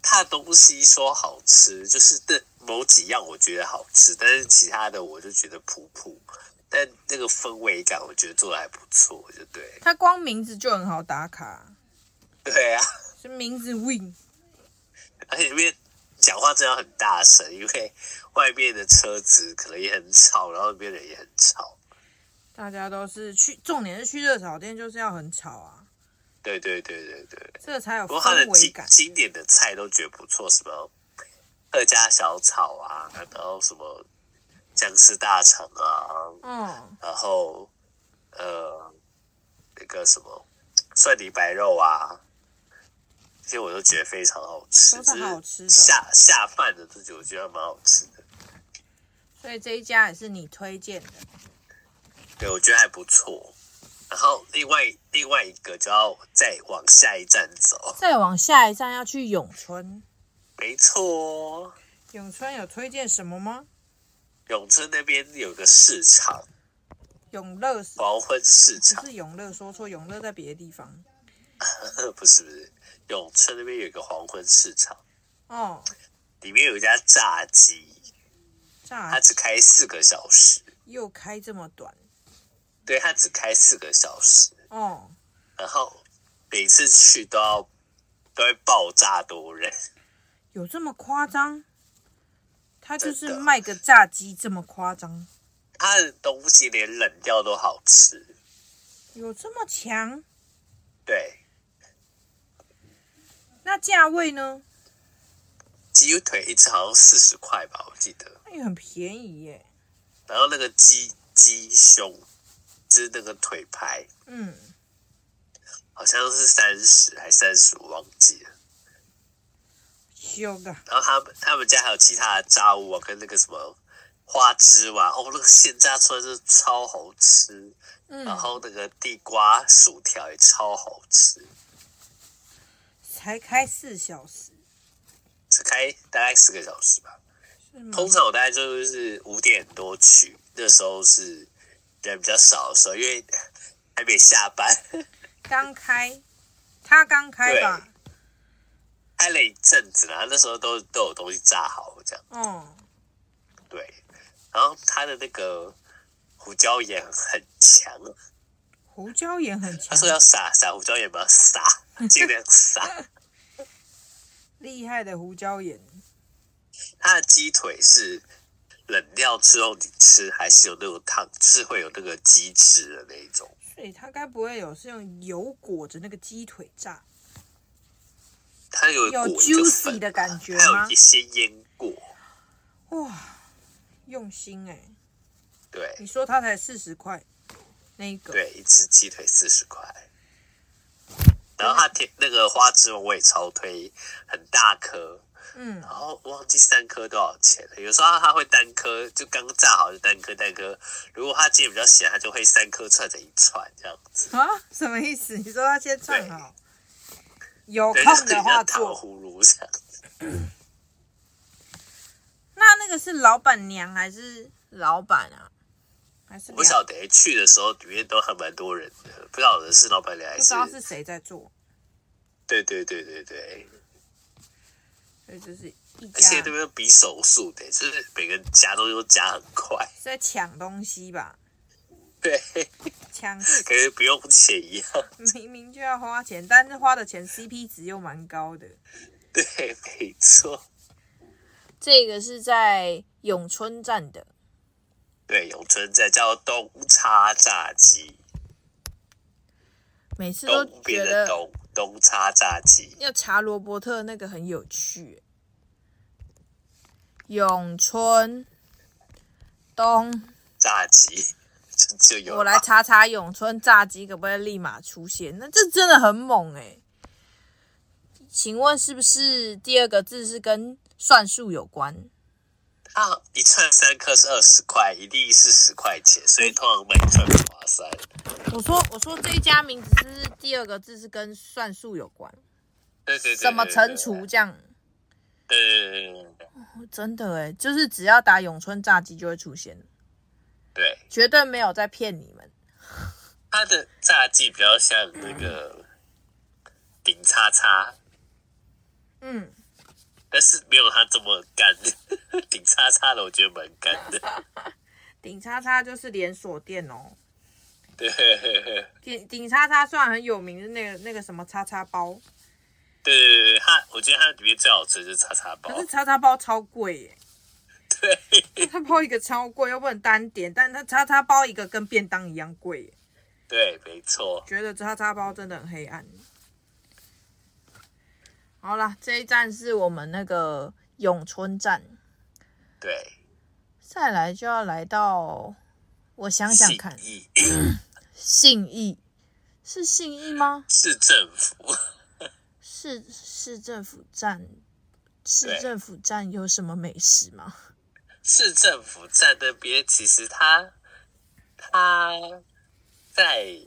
Speaker 2: 他的东西说好吃，就是那某几样我觉得好吃，但是其他的我就觉得普普。但那个氛围感，我觉得做的还不错，就对。
Speaker 1: 它光名字就很好打卡，
Speaker 2: 对啊，
Speaker 1: 是名字 Win。
Speaker 2: 而且里面讲话真的很大声，因为外面的车子可能也很吵，然后里面人也很吵。
Speaker 1: 大家都是去，重点是去热炒店就是要很吵啊，
Speaker 2: 对对对对对。
Speaker 1: 这个才有
Speaker 2: 不过它的
Speaker 1: 哦氛围
Speaker 2: 经
Speaker 1: 感。
Speaker 2: 经典的菜都觉得不错，什么客家小炒啊，然后什么僵尸大肠啊，
Speaker 1: 嗯，
Speaker 2: 然后呃那个什么蒜泥白肉啊，这些我都觉得非常好吃，
Speaker 1: 都
Speaker 2: 只
Speaker 1: 是
Speaker 2: 是
Speaker 1: 好吃的
Speaker 2: 下下饭的自己我觉得蛮好吃的，
Speaker 1: 所以这一家也是你推荐的。
Speaker 2: 对我觉得还不错。然后另外另外一个就要再往下一站走，
Speaker 1: 再往下一站要去永春，
Speaker 2: 没错哦。
Speaker 1: 永春有推荐什么吗？
Speaker 2: 永春那边有个市场，
Speaker 1: 永乐是
Speaker 2: 黄昏市
Speaker 1: 不
Speaker 2: 场，
Speaker 1: 是永乐？说错，永乐在别的地方。
Speaker 2: 不是不是，永春那边有一个黄昏市场，
Speaker 1: 哦，
Speaker 2: 里面有一家炸鸡，
Speaker 1: 炸
Speaker 2: 它只开四个小时，
Speaker 1: 又开这么短
Speaker 2: 对，它只开四个小时，
Speaker 1: 哦，
Speaker 2: 然后每次去都要都会爆炸多人，
Speaker 1: 有这么夸张？他就是
Speaker 2: 真的
Speaker 1: 卖个炸鸡这么夸张，
Speaker 2: 它的东西连冷掉都好吃，
Speaker 1: 有这么强？
Speaker 2: 对，
Speaker 1: 那价位呢？
Speaker 2: 鸡腿一只好像四十块吧，我记得，
Speaker 1: 那也很便宜耶。
Speaker 2: 然后那个鸡鸡胸只那个腿排
Speaker 1: 嗯，
Speaker 2: 好像是三十还三十五，忘记了。
Speaker 1: 修个
Speaker 2: 然后他们他们家还有其他的炸物啊，跟那个什么花枝丸哦，那个现炸出来真的超好吃。
Speaker 1: 嗯
Speaker 2: 然后那个地瓜薯条也超好吃，
Speaker 1: 才开四小时
Speaker 2: 只开大概四个小时吧。
Speaker 1: 是吗？
Speaker 2: 通常我大概就是五点多去，那时候是人比较少的时候，因为还没下班，
Speaker 1: 刚开，他刚开吧？
Speaker 2: 开了一阵子啦。那时候都都有东西炸好这样，
Speaker 1: 哦，
Speaker 2: 对。然后它的那个胡椒盐很强，
Speaker 1: 胡椒盐很
Speaker 2: 他
Speaker 1: 强，
Speaker 2: 说要撒撒胡椒盐，不 要撒，尽量撒。
Speaker 1: 厉害的胡椒盐，
Speaker 2: 它的鸡腿是冷掉之后你吃，还是有那种汤，就是会有那个鸡汁的那一种。
Speaker 1: 所以他该不会有是用油裹着那个鸡腿炸，
Speaker 2: 它有
Speaker 1: 有
Speaker 2: 裹一个
Speaker 1: juicy
Speaker 2: 粉，
Speaker 1: 的感觉
Speaker 2: 还有
Speaker 1: 吗
Speaker 2: 一？些腌过。
Speaker 1: 哇，用心哎、你
Speaker 2: 对
Speaker 1: 说它才四十块，那一个
Speaker 2: 对，一只鸡腿四十块。然后它甜那个花枝丸我也超推，很大颗，
Speaker 1: 嗯
Speaker 2: 然后忘记三颗多少钱了。有时候它会单颗，就刚炸好就单颗单颗。如果它今天比较咸，它就会三颗串成一串这样子。
Speaker 1: 啊，什么意思？你说他先串好，有
Speaker 2: 对，就是
Speaker 1: 空
Speaker 2: 比较
Speaker 1: 的话
Speaker 2: 糖
Speaker 1: 做。
Speaker 2: 葫芦这样。
Speaker 1: 那那个是老板娘还是老板啊？还是两
Speaker 2: 我不晓得去的时候里面都还蛮多人的，不晓得是老板娘还
Speaker 1: 不
Speaker 2: 是
Speaker 1: 知道是谁在做，
Speaker 2: 对对对对对，
Speaker 1: 所以就是一
Speaker 2: 而且
Speaker 1: 家
Speaker 2: 那边比手速的，就是每个人夹东西都夹很快，
Speaker 1: 是在抢东西吧？
Speaker 2: 对，
Speaker 1: 抢
Speaker 2: 感觉不用钱一样，
Speaker 1: 明明就要花钱，但是花的钱 CP 值又蛮高的。
Speaker 2: 对，没错，
Speaker 1: 这个是在永春站的，
Speaker 2: 对，永春在叫东叉炸鸡，
Speaker 1: 每次都
Speaker 2: 东
Speaker 1: 觉
Speaker 2: 边
Speaker 1: 得
Speaker 2: 的东东叉炸鸡，
Speaker 1: 要查罗伯特那个很有趣。欸永春东，
Speaker 2: 炸鸡就就有了吧
Speaker 1: 我来查查永春炸鸡可不可以立马出现？那这真的很猛哎、请问是不是第二个字是跟算术有关？
Speaker 2: 啊，一串三颗是二十块，一粒是十块钱，所以通常买一串不划算。
Speaker 1: 我说我说这一家名字是不是第二个字是跟算术有关？
Speaker 2: 对对对，
Speaker 1: 什么
Speaker 2: 对
Speaker 1: 乘除？这样？
Speaker 2: 对对对对对对
Speaker 1: 真的哎，就是只要打咏春炸鸡就会出现，
Speaker 2: 对。
Speaker 1: 绝对没有在骗你们。
Speaker 2: 它的炸鸡比较像那个顶叉叉，
Speaker 1: 嗯，
Speaker 2: 但是没有它这么干。顶叉叉的我觉得蛮干的。
Speaker 1: 顶叉叉就是连锁店哦，
Speaker 2: 对
Speaker 1: 顶顶叉叉虽然很有名，是那个那个什么叉叉包，
Speaker 2: 对对对，它我觉得它里面最好吃的就是叉叉包
Speaker 1: 可。是叉叉包超贵耶，
Speaker 2: 对
Speaker 1: 叉叉包一个超贵，又不能单点，但它叉叉包一个跟便当一样贵耶，
Speaker 2: 对，没错。
Speaker 1: 觉得叉叉包真的很黑暗。好啦，这一站是我们那个永春站，
Speaker 2: 对，
Speaker 1: 再来就要来到，我想想看，
Speaker 2: 信义
Speaker 1: 信义是信义吗？
Speaker 2: 市政府，
Speaker 1: 市市政府站，市
Speaker 2: 对
Speaker 1: 政府站有什么美食吗？
Speaker 2: 市政府站那边其实它它在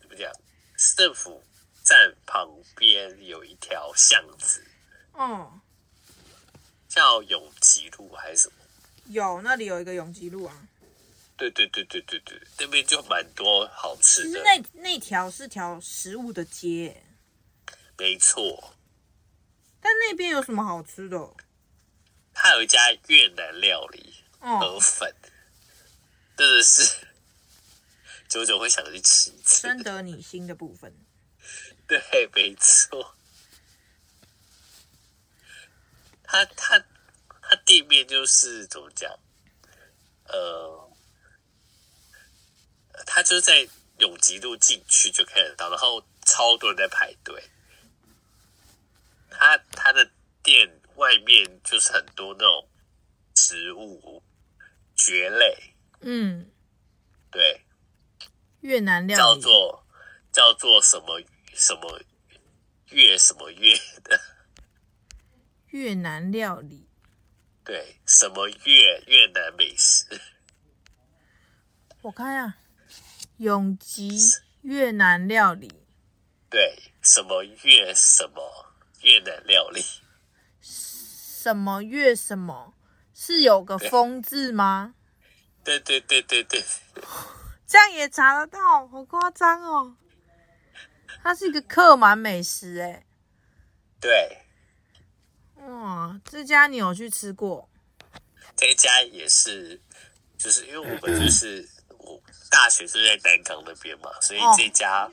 Speaker 2: 怎么讲？市政府站旁边有一条巷子。
Speaker 1: 哦，
Speaker 2: 叫永吉路还是什么？
Speaker 1: 有，那里有一个永吉路啊。
Speaker 2: 对对对对对对，那边就蛮多好吃
Speaker 1: 其实
Speaker 2: 的，
Speaker 1: 那那条是条食物的街，
Speaker 2: 没错。
Speaker 1: 但那边有什么好吃的？哦
Speaker 2: 它有一家越南料理河
Speaker 1: 哦，
Speaker 2: 粉， 真的是久久会想去吃一 次。
Speaker 1: 深得你心的部分。
Speaker 2: 对，没错。它它它地面就是怎么讲？呃，它就是在永吉路进去就看得到，然后超多人在排队。它它的店外面就是很多那种植物蕨类，
Speaker 1: 嗯，
Speaker 2: 对，
Speaker 1: 越南料
Speaker 2: 叫
Speaker 1: 理
Speaker 2: 做叫做什么什么月什么月的，
Speaker 1: 越南料理，
Speaker 2: 对，什么越越南美食，
Speaker 1: 我看一下，永吉越南料理，
Speaker 2: 对，什么越什么越南料理，
Speaker 1: 什么越什么，是有个
Speaker 2: 对
Speaker 1: 风字吗？
Speaker 2: 对对对对对，
Speaker 1: 这样也查得到，好夸张哦！它是一个客满美食、欸，
Speaker 2: 对，
Speaker 1: 哇，这家你有去吃过？
Speaker 2: 这一家也是，就是因为我们就是我大学是在南港那边嘛，所以
Speaker 1: 哦
Speaker 2: 这一家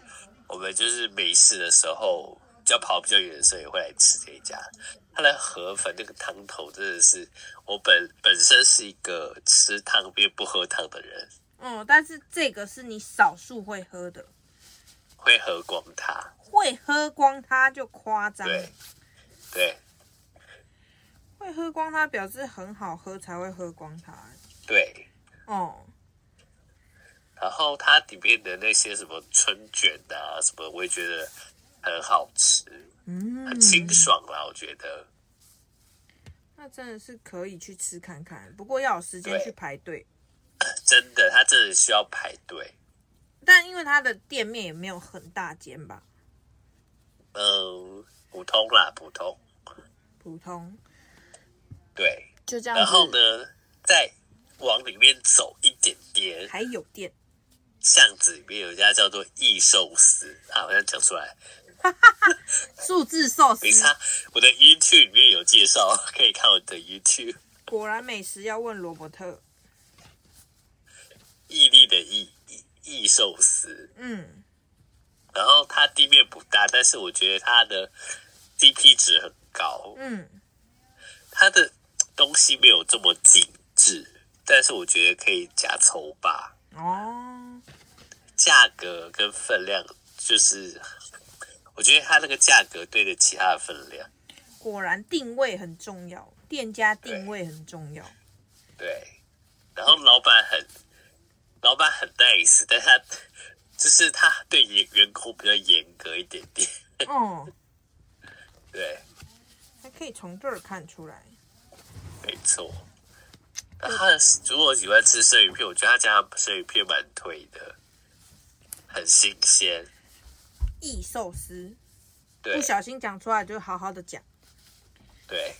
Speaker 2: 我们就是没事的时候，要跑比较远的时候也会来吃这一家。它的河粉那个汤头真的是，我本本身是一个吃汤边不喝汤的人，
Speaker 1: 嗯，但是这个是你少数会喝的，
Speaker 2: 会喝光它。
Speaker 1: 会喝光它就夸张，
Speaker 2: 对，对，
Speaker 1: 会喝光它表示很好喝才会喝光它、
Speaker 2: 对。
Speaker 1: 哦，
Speaker 2: 然后它里面的那些什么春卷啊，什么我也觉得很好吃，
Speaker 1: 嗯
Speaker 2: 很，清爽啦，我觉得。
Speaker 1: 那真的是可以去吃看看，不过要有时间
Speaker 2: 对
Speaker 1: 去排队。
Speaker 2: 真的，它真的需要排队。
Speaker 1: 但因为它的店面也没有很大间吧，
Speaker 2: 嗯，普通啦，普通。
Speaker 1: 普通
Speaker 2: 对，
Speaker 1: 就这样子。
Speaker 2: 然后呢，再往里面走一点点，
Speaker 1: 还有店，
Speaker 2: 巷子里面有一家叫做益寿司，啊好像讲出来
Speaker 1: 素字寿司
Speaker 2: 没，差。我的 YouTube 里面有介绍， 可以看我的 YouTube。
Speaker 1: 果然美食要问罗伯特。
Speaker 2: 毅力的益益益寿司，
Speaker 1: 嗯，
Speaker 2: 然后它地面不大，但是我觉得它的 CP 值很高。
Speaker 1: 嗯，
Speaker 2: 它的东西没有这么精致，但是我觉得可以加抽吧。
Speaker 1: 哦，
Speaker 2: 价格跟分量，就是我觉得它那个价格对得起它的分量。
Speaker 1: 果然定位很重要，店家定位很重要。
Speaker 2: 对，然后老板很，老板很 nice，但他就是他对员员工比较严格一点点。
Speaker 1: 哦，
Speaker 2: 对，
Speaker 1: 还可以从这儿看出来。
Speaker 2: 没错。那他的如果喜欢吃生鱼片，我觉得他家的生鱼片蛮推的，很新鲜。
Speaker 1: 异寿司，
Speaker 2: 对
Speaker 1: 不小心讲出来就好好的讲。
Speaker 2: 对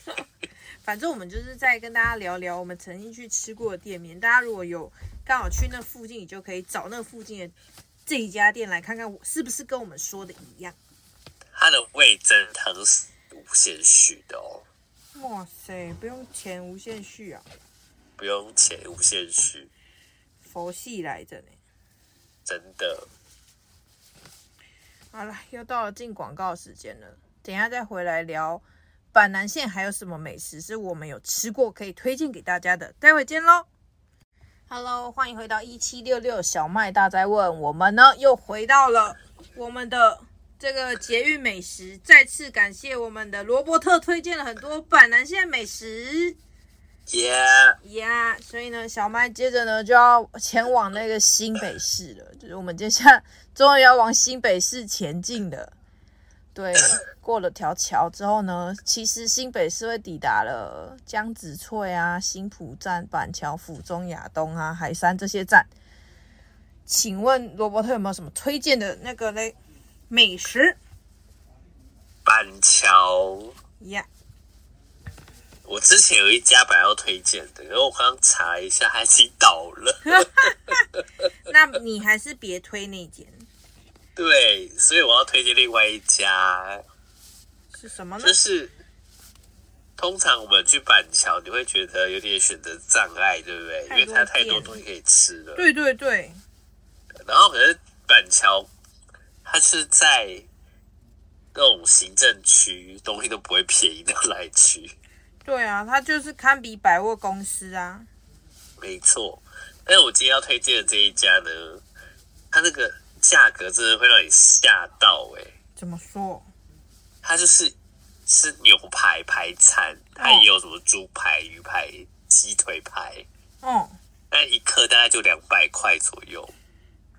Speaker 1: 反正我们就是在跟大家聊聊我们曾经去吃过的店面。大家如果有刚好去那附近，你就可以找那附近的这一家店来看看，我是不是跟我们说的一样。
Speaker 2: 他的味增汤是无限续的哦，
Speaker 1: 哇塞，不用钱，无限续啊，
Speaker 2: 不用钱，无限续。
Speaker 1: 佛系来着呢。
Speaker 2: 真的，
Speaker 1: 好了，又到了进广告时间了，等一下再回来聊板南线还有什么美食是我们有吃过可以推荐给大家的，待会见喽。Hello，欢迎回到一七六六小麦大灾问，我们呢又回到了我们的这个节育美食，再次感谢我们的罗伯特推荐了很多板南线美食。
Speaker 2: 耶、
Speaker 1: 呀所以呢，小麦接着呢就要前往那个新北市了，就是我们接下来终于要往新北市前进了。对，过了条桥之后呢，其实新北市会抵达了江子翠啊、新浦站、板桥、府中、亚东啊、海山这些站。请问罗伯特有没有什么推荐的那个嘞美食
Speaker 2: 板桥，
Speaker 1: 呀
Speaker 2: 我之前有一家本来要推荐的，然后我刚刚查了一下，它已经倒了。
Speaker 1: 那你还是别推那间
Speaker 2: 对，所以我要推荐另外一家，
Speaker 1: 是什么呢
Speaker 2: 就？是通常我们去板桥，你会觉得有点选择障碍，对不对？
Speaker 1: 太多
Speaker 2: 因为它太多
Speaker 1: 店
Speaker 2: 东西可以吃了。
Speaker 1: 对对对，
Speaker 2: 然后可是板桥，它是在那种行政区，东西都不会便宜到哪里去。
Speaker 1: 对啊，它就是堪比百货公司啊。
Speaker 2: 没错，但是我今天要推荐的这一家呢，它那个价格真的会让你吓到哎、
Speaker 1: 怎么说？
Speaker 2: 它就是吃牛排排餐，它也有什么猪排、鱼排、鸡腿排，
Speaker 1: 哦，
Speaker 2: 那一克大概就两百块左右。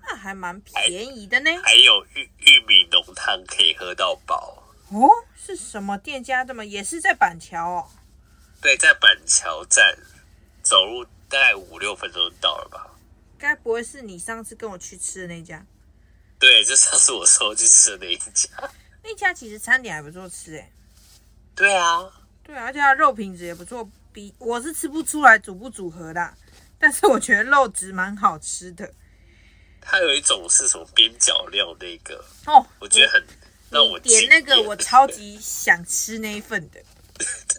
Speaker 1: 那还蛮便宜的呢。
Speaker 2: 还有玉玉米浓汤可以喝到饱。
Speaker 1: 哦，是什么店家这么也是在板桥哦？
Speaker 2: 对，在板桥站走路大概五六分钟就到了吧。
Speaker 1: 该不会是你上次跟我去吃的那家？
Speaker 2: 对，就上次我说去吃的那一家。
Speaker 1: 那家其实餐点还不错吃诶。
Speaker 2: 对啊，
Speaker 1: 对啊，而且它肉品质也不错，比我是吃不出来组不组合啦，但是我觉得肉质蛮好吃的。
Speaker 2: 它有一种是什么边角料那个，
Speaker 1: 哦，
Speaker 2: 我觉得很让我
Speaker 1: 你点
Speaker 2: 惊
Speaker 1: 那个
Speaker 2: 艳
Speaker 1: 我超级想吃那一份的，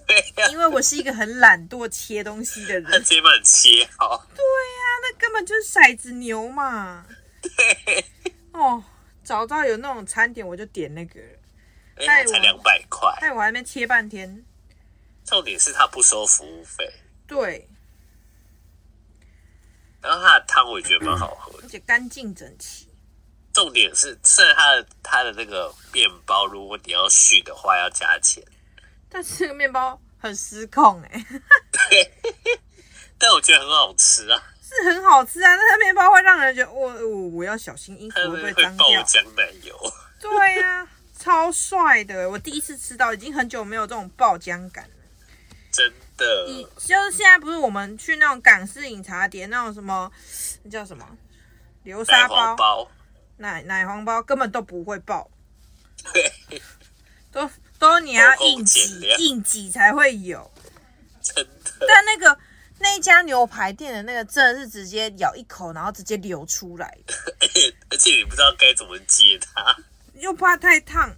Speaker 2: 对呀、
Speaker 1: 因为我是一个很懒惰切东西的人。
Speaker 2: 它直接把你切好，
Speaker 1: 对呀、那根本就是骰子牛嘛。对。哦，找到有那种餐点我就点那个了，
Speaker 2: 哎，
Speaker 1: 哎
Speaker 2: 它才
Speaker 1: 我
Speaker 2: 两百块。
Speaker 1: 害我还没切半天。
Speaker 2: 重点是它不收服务费，
Speaker 1: 对，
Speaker 2: 然后它的汤我也觉得蛮好喝的
Speaker 1: 而。且干净整齐。
Speaker 2: 重点是，虽然它的它的那个面包，如果你要续的话要加钱，
Speaker 1: 但是这个面包很失控哎、
Speaker 2: 但我觉得很好吃啊，
Speaker 1: 是很好吃啊，但是面包会让人觉得我我、我要小心衣服
Speaker 2: 它
Speaker 1: 会不
Speaker 2: 会
Speaker 1: 会
Speaker 2: 会
Speaker 1: 脏
Speaker 2: 爆
Speaker 1: 掉。
Speaker 2: 浆奶油。
Speaker 1: 对呀、超帅的！我第一次吃到，已经很久没有这种爆浆感了。
Speaker 2: 真
Speaker 1: 你
Speaker 2: 的，
Speaker 1: 就是现在不是我们去那种港式饮茶店那种什么，那叫什么流
Speaker 2: 奶
Speaker 1: 沙
Speaker 2: 黄
Speaker 1: 包、
Speaker 2: 包，
Speaker 1: 奶奶黄包，根本都不会爆，
Speaker 2: 对，
Speaker 1: 都都你要硬
Speaker 2: 偷工减
Speaker 1: 挤
Speaker 2: 料
Speaker 1: 硬挤才会有。
Speaker 2: 真的，
Speaker 1: 但那个那一家牛排店的那个真的是直接咬一口，然后直接流出来，
Speaker 2: 而且而且你不知道该怎么接它，
Speaker 1: 又怕太烫。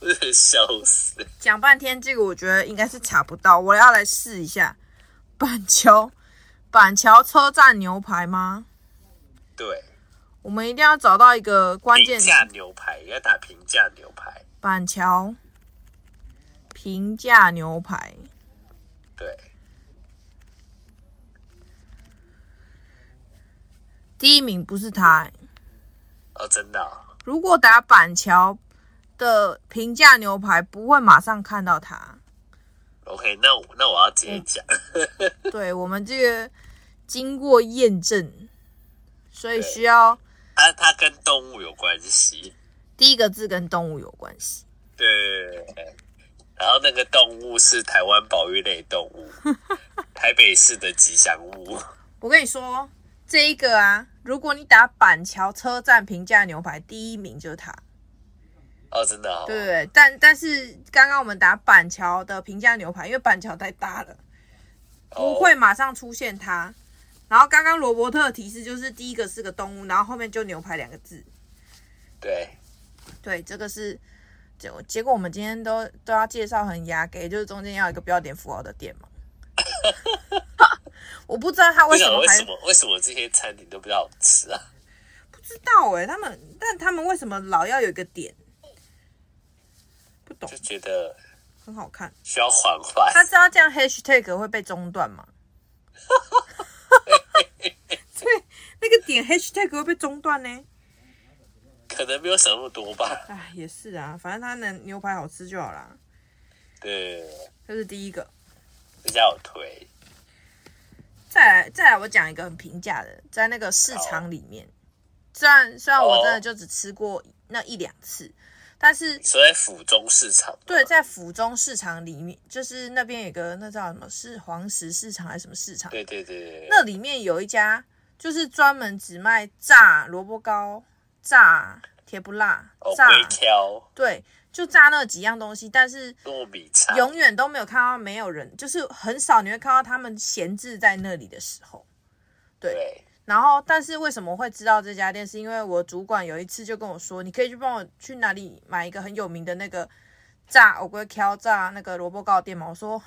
Speaker 2: 我真的笑死。
Speaker 1: 讲半天，这个我觉得应该是查不到，我要来试一下。板桥，板桥车站牛排吗？
Speaker 2: 对，
Speaker 1: 我们一定要找到一个关键
Speaker 2: 平
Speaker 1: 词。
Speaker 2: 价牛排要打平价牛排，
Speaker 1: 板桥平价牛排，
Speaker 2: 对，
Speaker 1: 第一名不是他、欸
Speaker 2: 哦，真的哦、
Speaker 1: 如果打板桥的平价牛排，不会马上看到他。
Speaker 2: OK，那我那我要直接讲，
Speaker 1: 对我们这个经过验证，所以
Speaker 2: 对
Speaker 1: 需要
Speaker 2: 它啊它跟动物有关系，
Speaker 1: 第一个字跟动物有关系。
Speaker 2: 对，然后那个动物是台湾保育类动 物，台北市的吉祥物，
Speaker 1: 我跟你说，这一个啊，如果你打板桥车站平价牛排，第一名就是它，
Speaker 2: 哦，真的、哦，
Speaker 1: 对不对？但但是刚刚我们打板桥的平价牛排，因为板桥太大了，不
Speaker 2: 哦，
Speaker 1: 会马上出现它。然后刚刚罗伯特的提示就是第一个是个动物，然后后面就牛排两个字。
Speaker 2: 对，
Speaker 1: 对，这个是结结果我们今天都都要介绍很雅给，就是中间要有一个标点符号的点 嘛。我不知道他
Speaker 2: 我
Speaker 1: 为什
Speaker 2: 想
Speaker 1: 么
Speaker 2: 为
Speaker 1: 还
Speaker 2: 什么为什么这些餐厅都比较好吃啊？
Speaker 1: 不知道哎、他们但他们为什么老要有一个点？不懂
Speaker 2: 就，觉得
Speaker 1: 很好看。
Speaker 2: 需要缓缓，
Speaker 1: 他知道这样 hashtag 会被中断 吗？对，那个点 hashtag 会被中断呢。
Speaker 2: 可能没有想那么多吧。
Speaker 1: 哎，也是啊，反正他那牛排好吃就好啦。
Speaker 2: 对，
Speaker 1: 这是第一个，
Speaker 2: 比较有推，
Speaker 1: 再来再来，我讲一个很平价的，在那个市场里面，虽然虽然我真的就只吃过那一两次，但是
Speaker 2: 所以府中市场嘛
Speaker 1: 对，在府中市场里面，就是那边有个那叫什么是黄石市场还是什么市场？
Speaker 2: 对对对对，
Speaker 1: 那里面有一家就是专门只卖炸萝卜糕、炸甜不辣
Speaker 2: 哦，、
Speaker 1: 炸
Speaker 2: 龟挑
Speaker 1: 对，就炸那几样东西，但是
Speaker 2: 糯米肠，
Speaker 1: 永远都没有看到没有人，就是很少你会看到他们闲置在那里的时候。
Speaker 2: 对，
Speaker 1: 然后，但是为什么会知道这家店？是因为我主管有一次就跟我说，你可以去帮我去哪里买一个很有名的那个炸我龟挑炸那个萝卜糕的店嘛。我说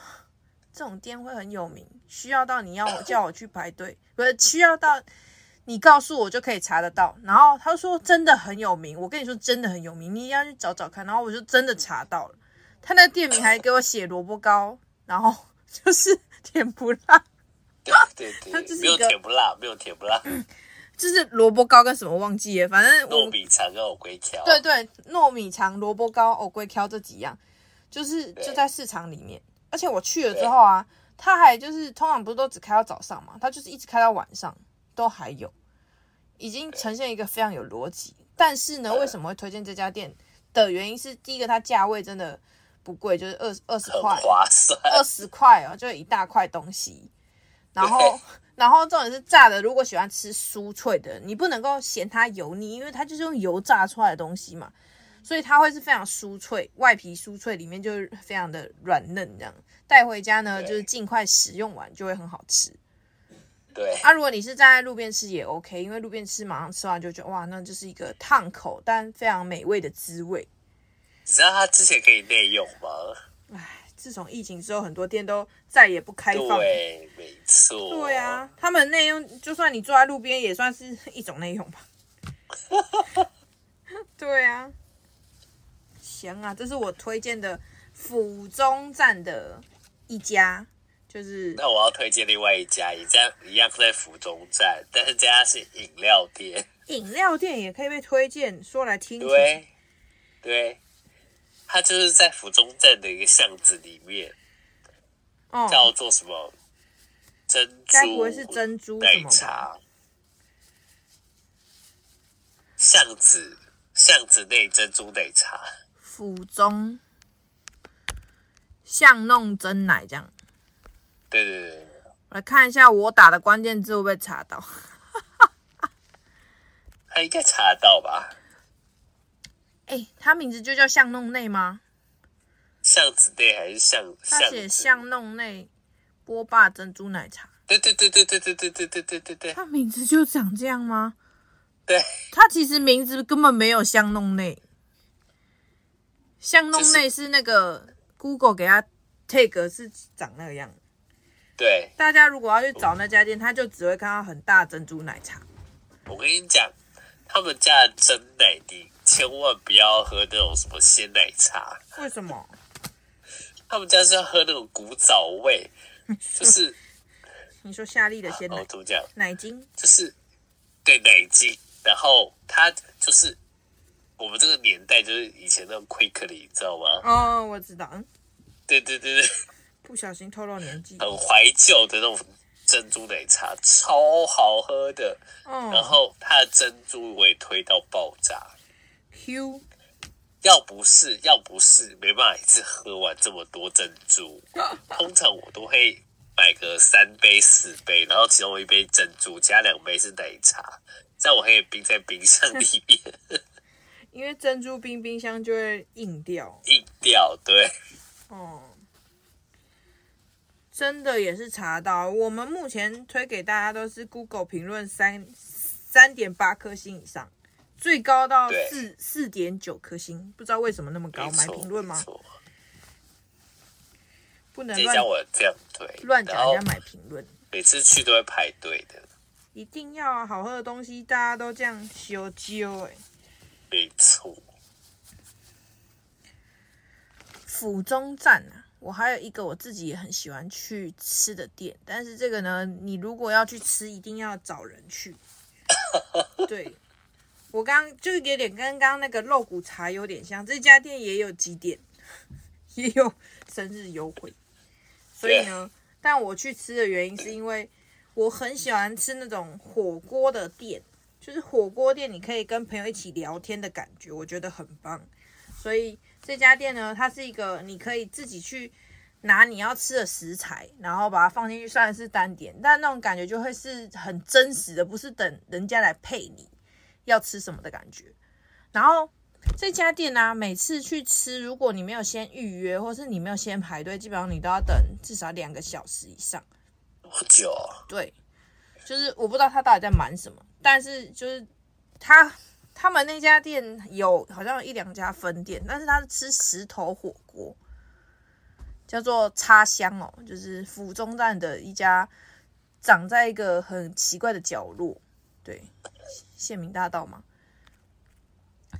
Speaker 1: 这种店会很有名，需要到你要我叫我去排队，不是需要到你告诉我就可以查得到。然后他说真的很有名，我跟你说真的很有名，你一定要去找找看。然后我就真的查到了，他那个店名还给我写萝卜糕，然后 就是甜不辣。
Speaker 2: 对对
Speaker 1: 它
Speaker 2: 对
Speaker 1: 就
Speaker 2: 对，
Speaker 1: 是
Speaker 2: 没有
Speaker 1: 一个
Speaker 2: 甜不辣，没有甜不辣，
Speaker 1: 就是萝卜糕跟什么忘记了，反正我
Speaker 2: 糯米肠跟我龟条，
Speaker 1: 对对，糯米肠、萝卜糕、藕桂挑这几样，就是
Speaker 2: 对
Speaker 1: 就在市场里面。而且我去了之后啊，他还就是通常不是都只开到早上嘛，他就是一直开到晚上。都还有，已经呈现一个非常有逻辑。但是呢，为什么会推荐这家店的原因是，第一个它价位真的不贵，就是二二十
Speaker 2: 很
Speaker 1: 块，
Speaker 2: 划算。
Speaker 1: 二十块哦，就一大块东西。然 后，然后重点是炸的，如果喜欢吃酥脆的，你不能够嫌它油腻，因为它就是用油炸出来的东西嘛，所以它会是非常酥脆，外皮酥脆，里面就是非常的软嫩这样。带回家呢，
Speaker 2: 对
Speaker 1: 就是尽快食用完就会很好吃。
Speaker 2: 对，
Speaker 1: 啊，如果你是站在路边吃也 OK，因为路边吃马上吃完就觉得哇，那就是一个烫口但非常美味的滋味。
Speaker 2: 你知道他之前可以内用吗？
Speaker 1: 唉，自从疫情之后，很多店都再也不开放。
Speaker 2: 对，没错。
Speaker 1: 对啊，，他们内用，就算你坐在路边，也算是一种内用吧。对啊，行啊，这是我推荐的府中站的一家，就是
Speaker 2: 那我要推荐另外一家，也在一样在府中站，但是这家是饮料店。
Speaker 1: 饮料店也可以被推荐，说来听听。
Speaker 2: 对，对，它就是在府中站的一个巷子里面，
Speaker 1: 哦，
Speaker 2: 叫做什么珍
Speaker 1: 该不会
Speaker 2: 珠
Speaker 1: 是珍珠什
Speaker 2: 奶
Speaker 1: 么吧？
Speaker 2: 茶巷子巷子内珍珠奶茶，
Speaker 1: 府中巷弄真奶这样，
Speaker 2: 对对对，
Speaker 1: 我来看一下我打的关键字会不会查到。
Speaker 2: 他应该查得到吧？
Speaker 1: 哎、它名字就叫巷弄内吗？
Speaker 2: 巷子内还是巷
Speaker 1: 他
Speaker 2: 巷
Speaker 1: 写
Speaker 2: 子？
Speaker 1: 巷弄内波霸珍珠奶茶，
Speaker 2: 对对对对对对对对对对对对
Speaker 1: 他名字就长这样吗？
Speaker 2: 对，
Speaker 1: 他其实名字根本没有巷弄内，巷弄内是那个 Google 给他 tag 是长那个样。
Speaker 2: 对。
Speaker 1: 大家如果要去找那家店，他就只会看到很大珍珠奶茶。
Speaker 2: 我跟你讲，他们家的真奶，你千万不要喝那种什么鲜奶茶，
Speaker 1: 为什么？
Speaker 2: 他们家是要喝那种古早味，就是
Speaker 1: 你说夏利的鲜
Speaker 2: 哦
Speaker 1: 奶
Speaker 2: 怎么讲，
Speaker 1: 奶精？
Speaker 2: 就是对奶精，然后它就是我们这个年代就是以前那种 quickly，你知道吗？
Speaker 1: 哦，我知道，嗯，
Speaker 2: 对对对对，
Speaker 1: 不小心透露年纪。
Speaker 2: 很怀旧的那种珍珠奶茶，超好喝的。然
Speaker 1: 哦
Speaker 2: 后它的珍珠我也推到爆炸。
Speaker 1: ，Q，
Speaker 2: 要不是要不是没办法一次喝完这么多珍 珠，通常我都会买个三杯四杯，然后其中一杯珍珠，其他两杯是奶茶，这样我可以冰在冰箱里面
Speaker 1: 因为珍珠冰冰箱就会硬掉。
Speaker 2: 硬掉。对，
Speaker 1: 哦，真的也是查到，我们目前推给大家都是 Google 评论三三点八颗星以上，最高到
Speaker 2: 对
Speaker 1: 四四点九颗星，不知道为什么那么高，
Speaker 2: 没
Speaker 1: 买
Speaker 2: 错
Speaker 1: 评论吗
Speaker 2: 没？错
Speaker 1: 不能
Speaker 2: 这
Speaker 1: 乱
Speaker 2: 家我这样推，
Speaker 1: 乱
Speaker 2: 然
Speaker 1: 讲
Speaker 2: 后
Speaker 1: 人家买评论，
Speaker 2: 每次去都会排队的，
Speaker 1: 一定要啊！好喝的东西大家都这样修究哎。
Speaker 2: 没错。
Speaker 1: 府中站啊，我还有一个我自己也很喜欢去吃的店，但是这个呢，你如果要去吃，一定要找人去。对，我刚就是有点跟刚刚那个肉骨茶有点像，这家店也有几点， 也有生日优惠，所以呢，但我去吃的原因是因为我很喜欢吃那种火锅的店，就是火锅店你可以跟朋友一起聊天的感觉，我觉得很棒。所以这家店呢，它是一个你可以自己去拿你要吃的食材，然后把它放进去，虽然是单点，但那种感觉就会是很真实的，不是等人家来配你要吃什么的感觉。然后这家店呢、每次去吃，如果你没有先预约，或是你没有先排队，基本上你都要等至少两个小时以上。
Speaker 2: 好久哦，
Speaker 1: 对，就是我不知道他到底在瞒什么，但是就是他他们那家店有好像有一两家分店，但是他是吃石头火锅，叫做插香哦，就是府中站的一家，长在一个很奇怪的角落，对，县民大道嘛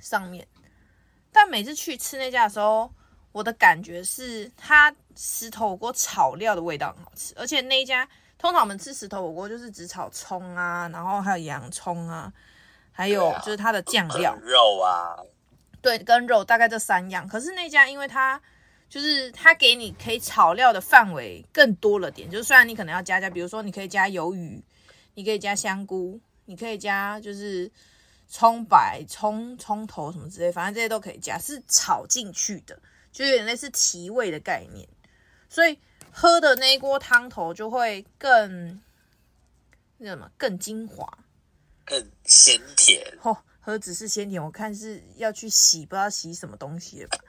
Speaker 1: 上面。但每次去吃那家的时候，我的感觉是它石头火锅炒料的味道很好吃，而且那一家通常我们吃石头火锅就是只炒葱啊，然后还有洋葱啊，还有
Speaker 2: 对啊
Speaker 1: 就是它的酱 料，
Speaker 2: 肉啊，
Speaker 1: 对，跟肉大概这三样。可是那家因为它就是它给你可以炒料的范围更多了点，就是虽然你可能要加加，比如说你可以加鱿鱼，你可以加香菇，你可以加就是葱白、葱葱头什么之类，反正这些都可以加，是炒进去的，就有点类似提味的概念。所以喝的那一锅汤头就会更那什么更精华
Speaker 2: 更鲜甜。
Speaker 1: 哦。何止是鲜甜，我看是要去洗，不知道洗什么东西了吧？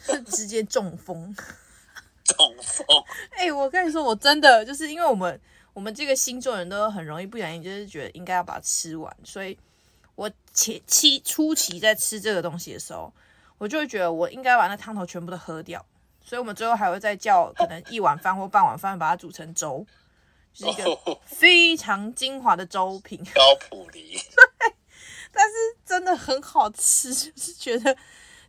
Speaker 1: 是直接中风。
Speaker 2: 中风，
Speaker 1: 哎、我跟你说，我真的就是因为我们我们这个星座人都很容易不小心就是觉得应该要把它吃完，所以我前期初期在吃这个东西的时候，我就会觉得我应该把那汤头全部都喝掉，所以我们最后还会再叫可能一碗饭或半碗饭把它煮成粥，就是一
Speaker 2: 哦
Speaker 1: 个非常精华的粥品。
Speaker 2: 高普梨，
Speaker 1: 真的很好吃， 就是觉得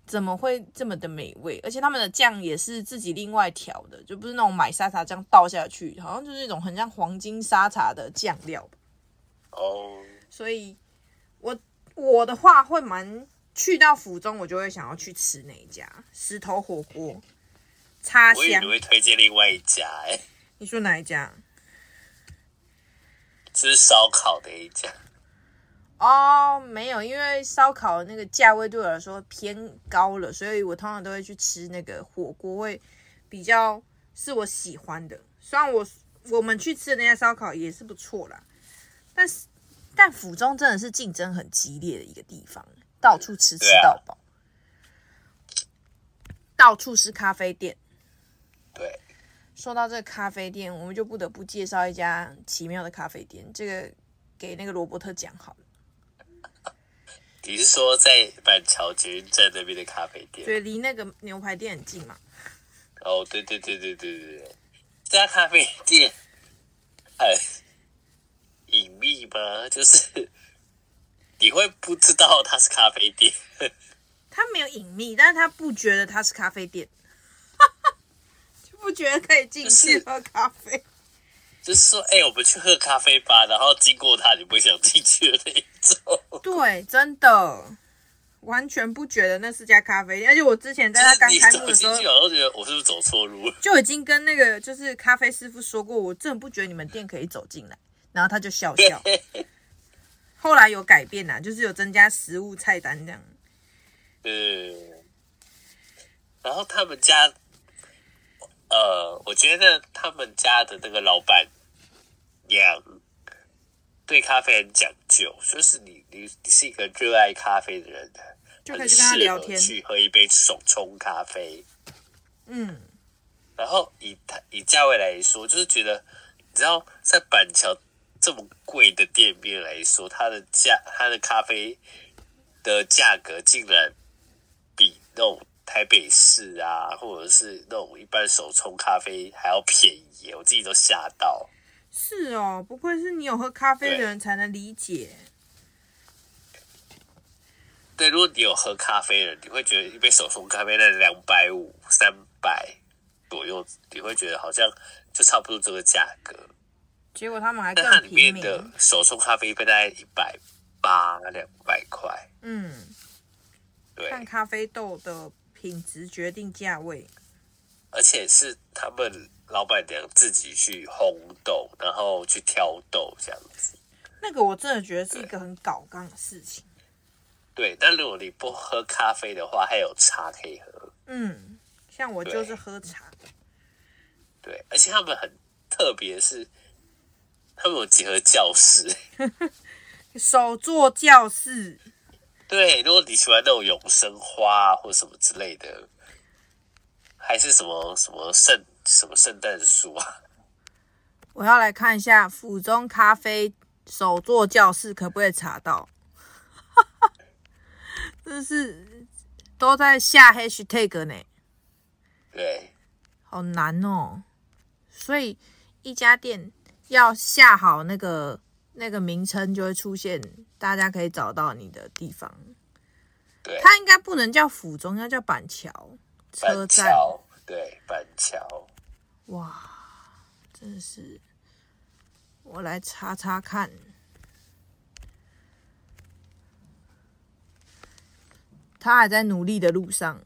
Speaker 1: 怎么会这么的美味？而且他们的酱也是自己另外调的，就不是那种买沙茶酱倒下去，好像就是一种很像黄金沙茶的酱料吧。
Speaker 2: 哦，
Speaker 1: 所以我我的话会蛮去到府中，我就会想要去吃那一家石头火锅，叉
Speaker 2: 我以为
Speaker 1: 香
Speaker 2: 你。会推荐另外一家、哎，
Speaker 1: 你说哪一家？
Speaker 2: 吃烧烤的一家，
Speaker 1: 哦，没有，因为烧烤的那个价位对我来说偏高了，所以我通常都会去吃那个火锅，会比较是我喜欢的。虽然我我们去吃的那家烧烤也是不错啦，但是但府中真的是竞争很激烈的一个地方，到处吃吃
Speaker 2: 对啊
Speaker 1: 到饱，到处是咖啡店。
Speaker 2: 对，
Speaker 1: 说到这个咖啡店，我们就不得不介绍一家奇妙的咖啡店，这个给那个罗伯特讲好了。
Speaker 2: 你是说在板桥捷运站那边的咖啡店？
Speaker 1: 对，离那个牛排店很近嘛。
Speaker 2: 哦，对对对对对对对，这家咖啡店 很隐秘吗？就是你会不知道它是咖啡店，
Speaker 1: 他没有隐秘，但是他不觉得它是咖啡店， 就不觉得可以进去喝咖啡。
Speaker 2: 就是说，哎、我们去喝咖啡吧，然后经过它，你不会想进去的那一种。
Speaker 1: 对，真的完全不觉得那是家咖啡店，而且我之前在他刚
Speaker 2: 就是你
Speaker 1: 开幕的时
Speaker 2: 走
Speaker 1: 候
Speaker 2: 进去，我都觉得我是不是走错路了？
Speaker 1: 就已经跟那个就是咖啡师傅说过，我真的不觉得你们店可以走进来，然后他就笑笑。后来有改变啦，啊就是有增加食物菜单这样。
Speaker 2: 嗯，然后他们家，呃，我觉得他们家的那个老板娘对咖啡很讲究，就是你你你是一个热爱咖啡的人，啊
Speaker 1: 就可以
Speaker 2: 很
Speaker 1: 去
Speaker 2: 适
Speaker 1: 跟他
Speaker 2: 合
Speaker 1: 聊天
Speaker 2: 去喝一杯手冲咖啡。
Speaker 1: 嗯，
Speaker 2: 然后以它以价位来说，就是觉得你知道在板桥这么贵的店面来说，它的价它的咖啡的价格竟然比那种台北市啊，或者是那种一般手冲咖啡还要便宜耶，我自己都吓到。
Speaker 1: 是哦，不愧是你有喝咖啡的人才能理解。
Speaker 2: 对，如果你有喝咖啡的，你会觉得一杯手冲咖啡在两百五、三百左右，你会觉得好像就差不多这个价格。
Speaker 1: 结果他们还
Speaker 2: 但它
Speaker 1: 更
Speaker 2: 里
Speaker 1: 平
Speaker 2: 面
Speaker 1: 民。
Speaker 2: 的手冲咖啡一杯大概一百八、两百块，
Speaker 1: 嗯。
Speaker 2: 对，
Speaker 1: 看咖啡豆的品质决定价位。
Speaker 2: 而且是他们老板娘自己去烘豆，然后去挑豆这样子。
Speaker 1: 那个我真的觉得是一个很搞纲的事情。
Speaker 2: 对，但如果你不喝咖啡的话，还有茶可以喝。
Speaker 1: 嗯，像我
Speaker 2: 对
Speaker 1: 就是喝茶，
Speaker 2: 对，而且他们很特别是，他们有结合教室。
Speaker 1: 手作教室，
Speaker 2: 对，如果你喜欢那种永生花啊或什么之类的，还是什么什么圣什么圣诞树啊，
Speaker 1: 我要来看一下府中咖啡手作教室可不可以查到。这是都在下 hashtag 呢，
Speaker 2: 对，
Speaker 1: 好难哦。所以一家店要下好那个那个名称，就会出现大家可以找到你的地方。
Speaker 2: 对，
Speaker 1: 它应该不能叫府中，要叫板桥车
Speaker 2: 板
Speaker 1: 站。
Speaker 2: 桥，对，板桥，
Speaker 1: 哇，真的是，我来查查看。他还在努力的路 上，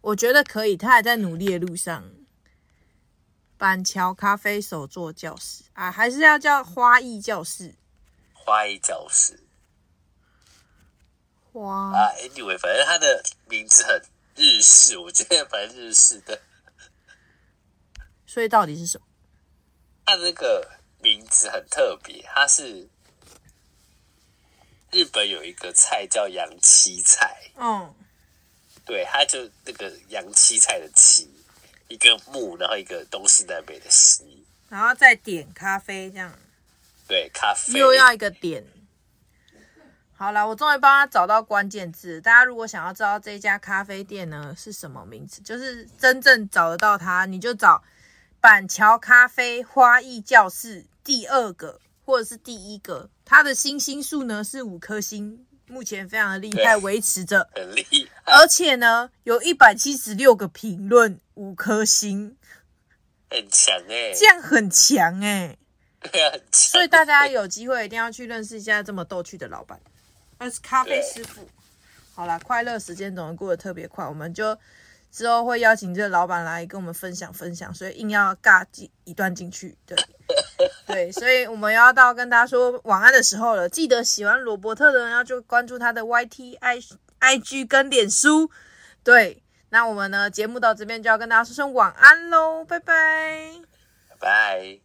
Speaker 1: 我觉得可以，他还在努力的路上。板桥咖啡手作教室啊，还是要叫花艺教室。
Speaker 2: 花艺教室
Speaker 1: 花、
Speaker 2: 啊，anyway，反正它的名字很日式，我觉得蛮日式的。
Speaker 1: 所以到底是什么？
Speaker 2: 它那个名字很特别，它是日本有一个菜叫洋七菜，
Speaker 1: 嗯，
Speaker 2: 对，它就那个洋七菜的七，一个木，然后一个东西南北的西，
Speaker 1: 然后再点咖啡这样，
Speaker 2: 对，咖啡
Speaker 1: 又要一个点。 好了，我终于帮他找到关键字。大家如果想要知道这家咖啡店呢是什么名字，就是真正找得到它，你就找板桥咖啡花艺教室第二个或者是第一个。它的星星数呢是五颗星，目前非常的厉害，
Speaker 2: 对
Speaker 1: 维持 着。
Speaker 2: 很厉害。
Speaker 1: 而且呢，有一百七十六个评论，五颗星，
Speaker 2: 很强哎、
Speaker 1: 这样很强哎、
Speaker 2: 对 啊，很强
Speaker 1: 所以大家有机会一定要去认识一下这么逗趣的老板，那是呃咖啡师傅。好啦，快乐时间总是过得特别快，我们就之后会邀请这个老板来跟我们分享分享，所以硬要尬进一段进去，对 对，所以我们要到跟大家说晚安的时候了。记得喜欢罗伯特的人要就关注他的 YT I IG 跟脸书，对。那我们呢节目到这边就要跟大家说声晚安喽，拜拜。
Speaker 2: 拜。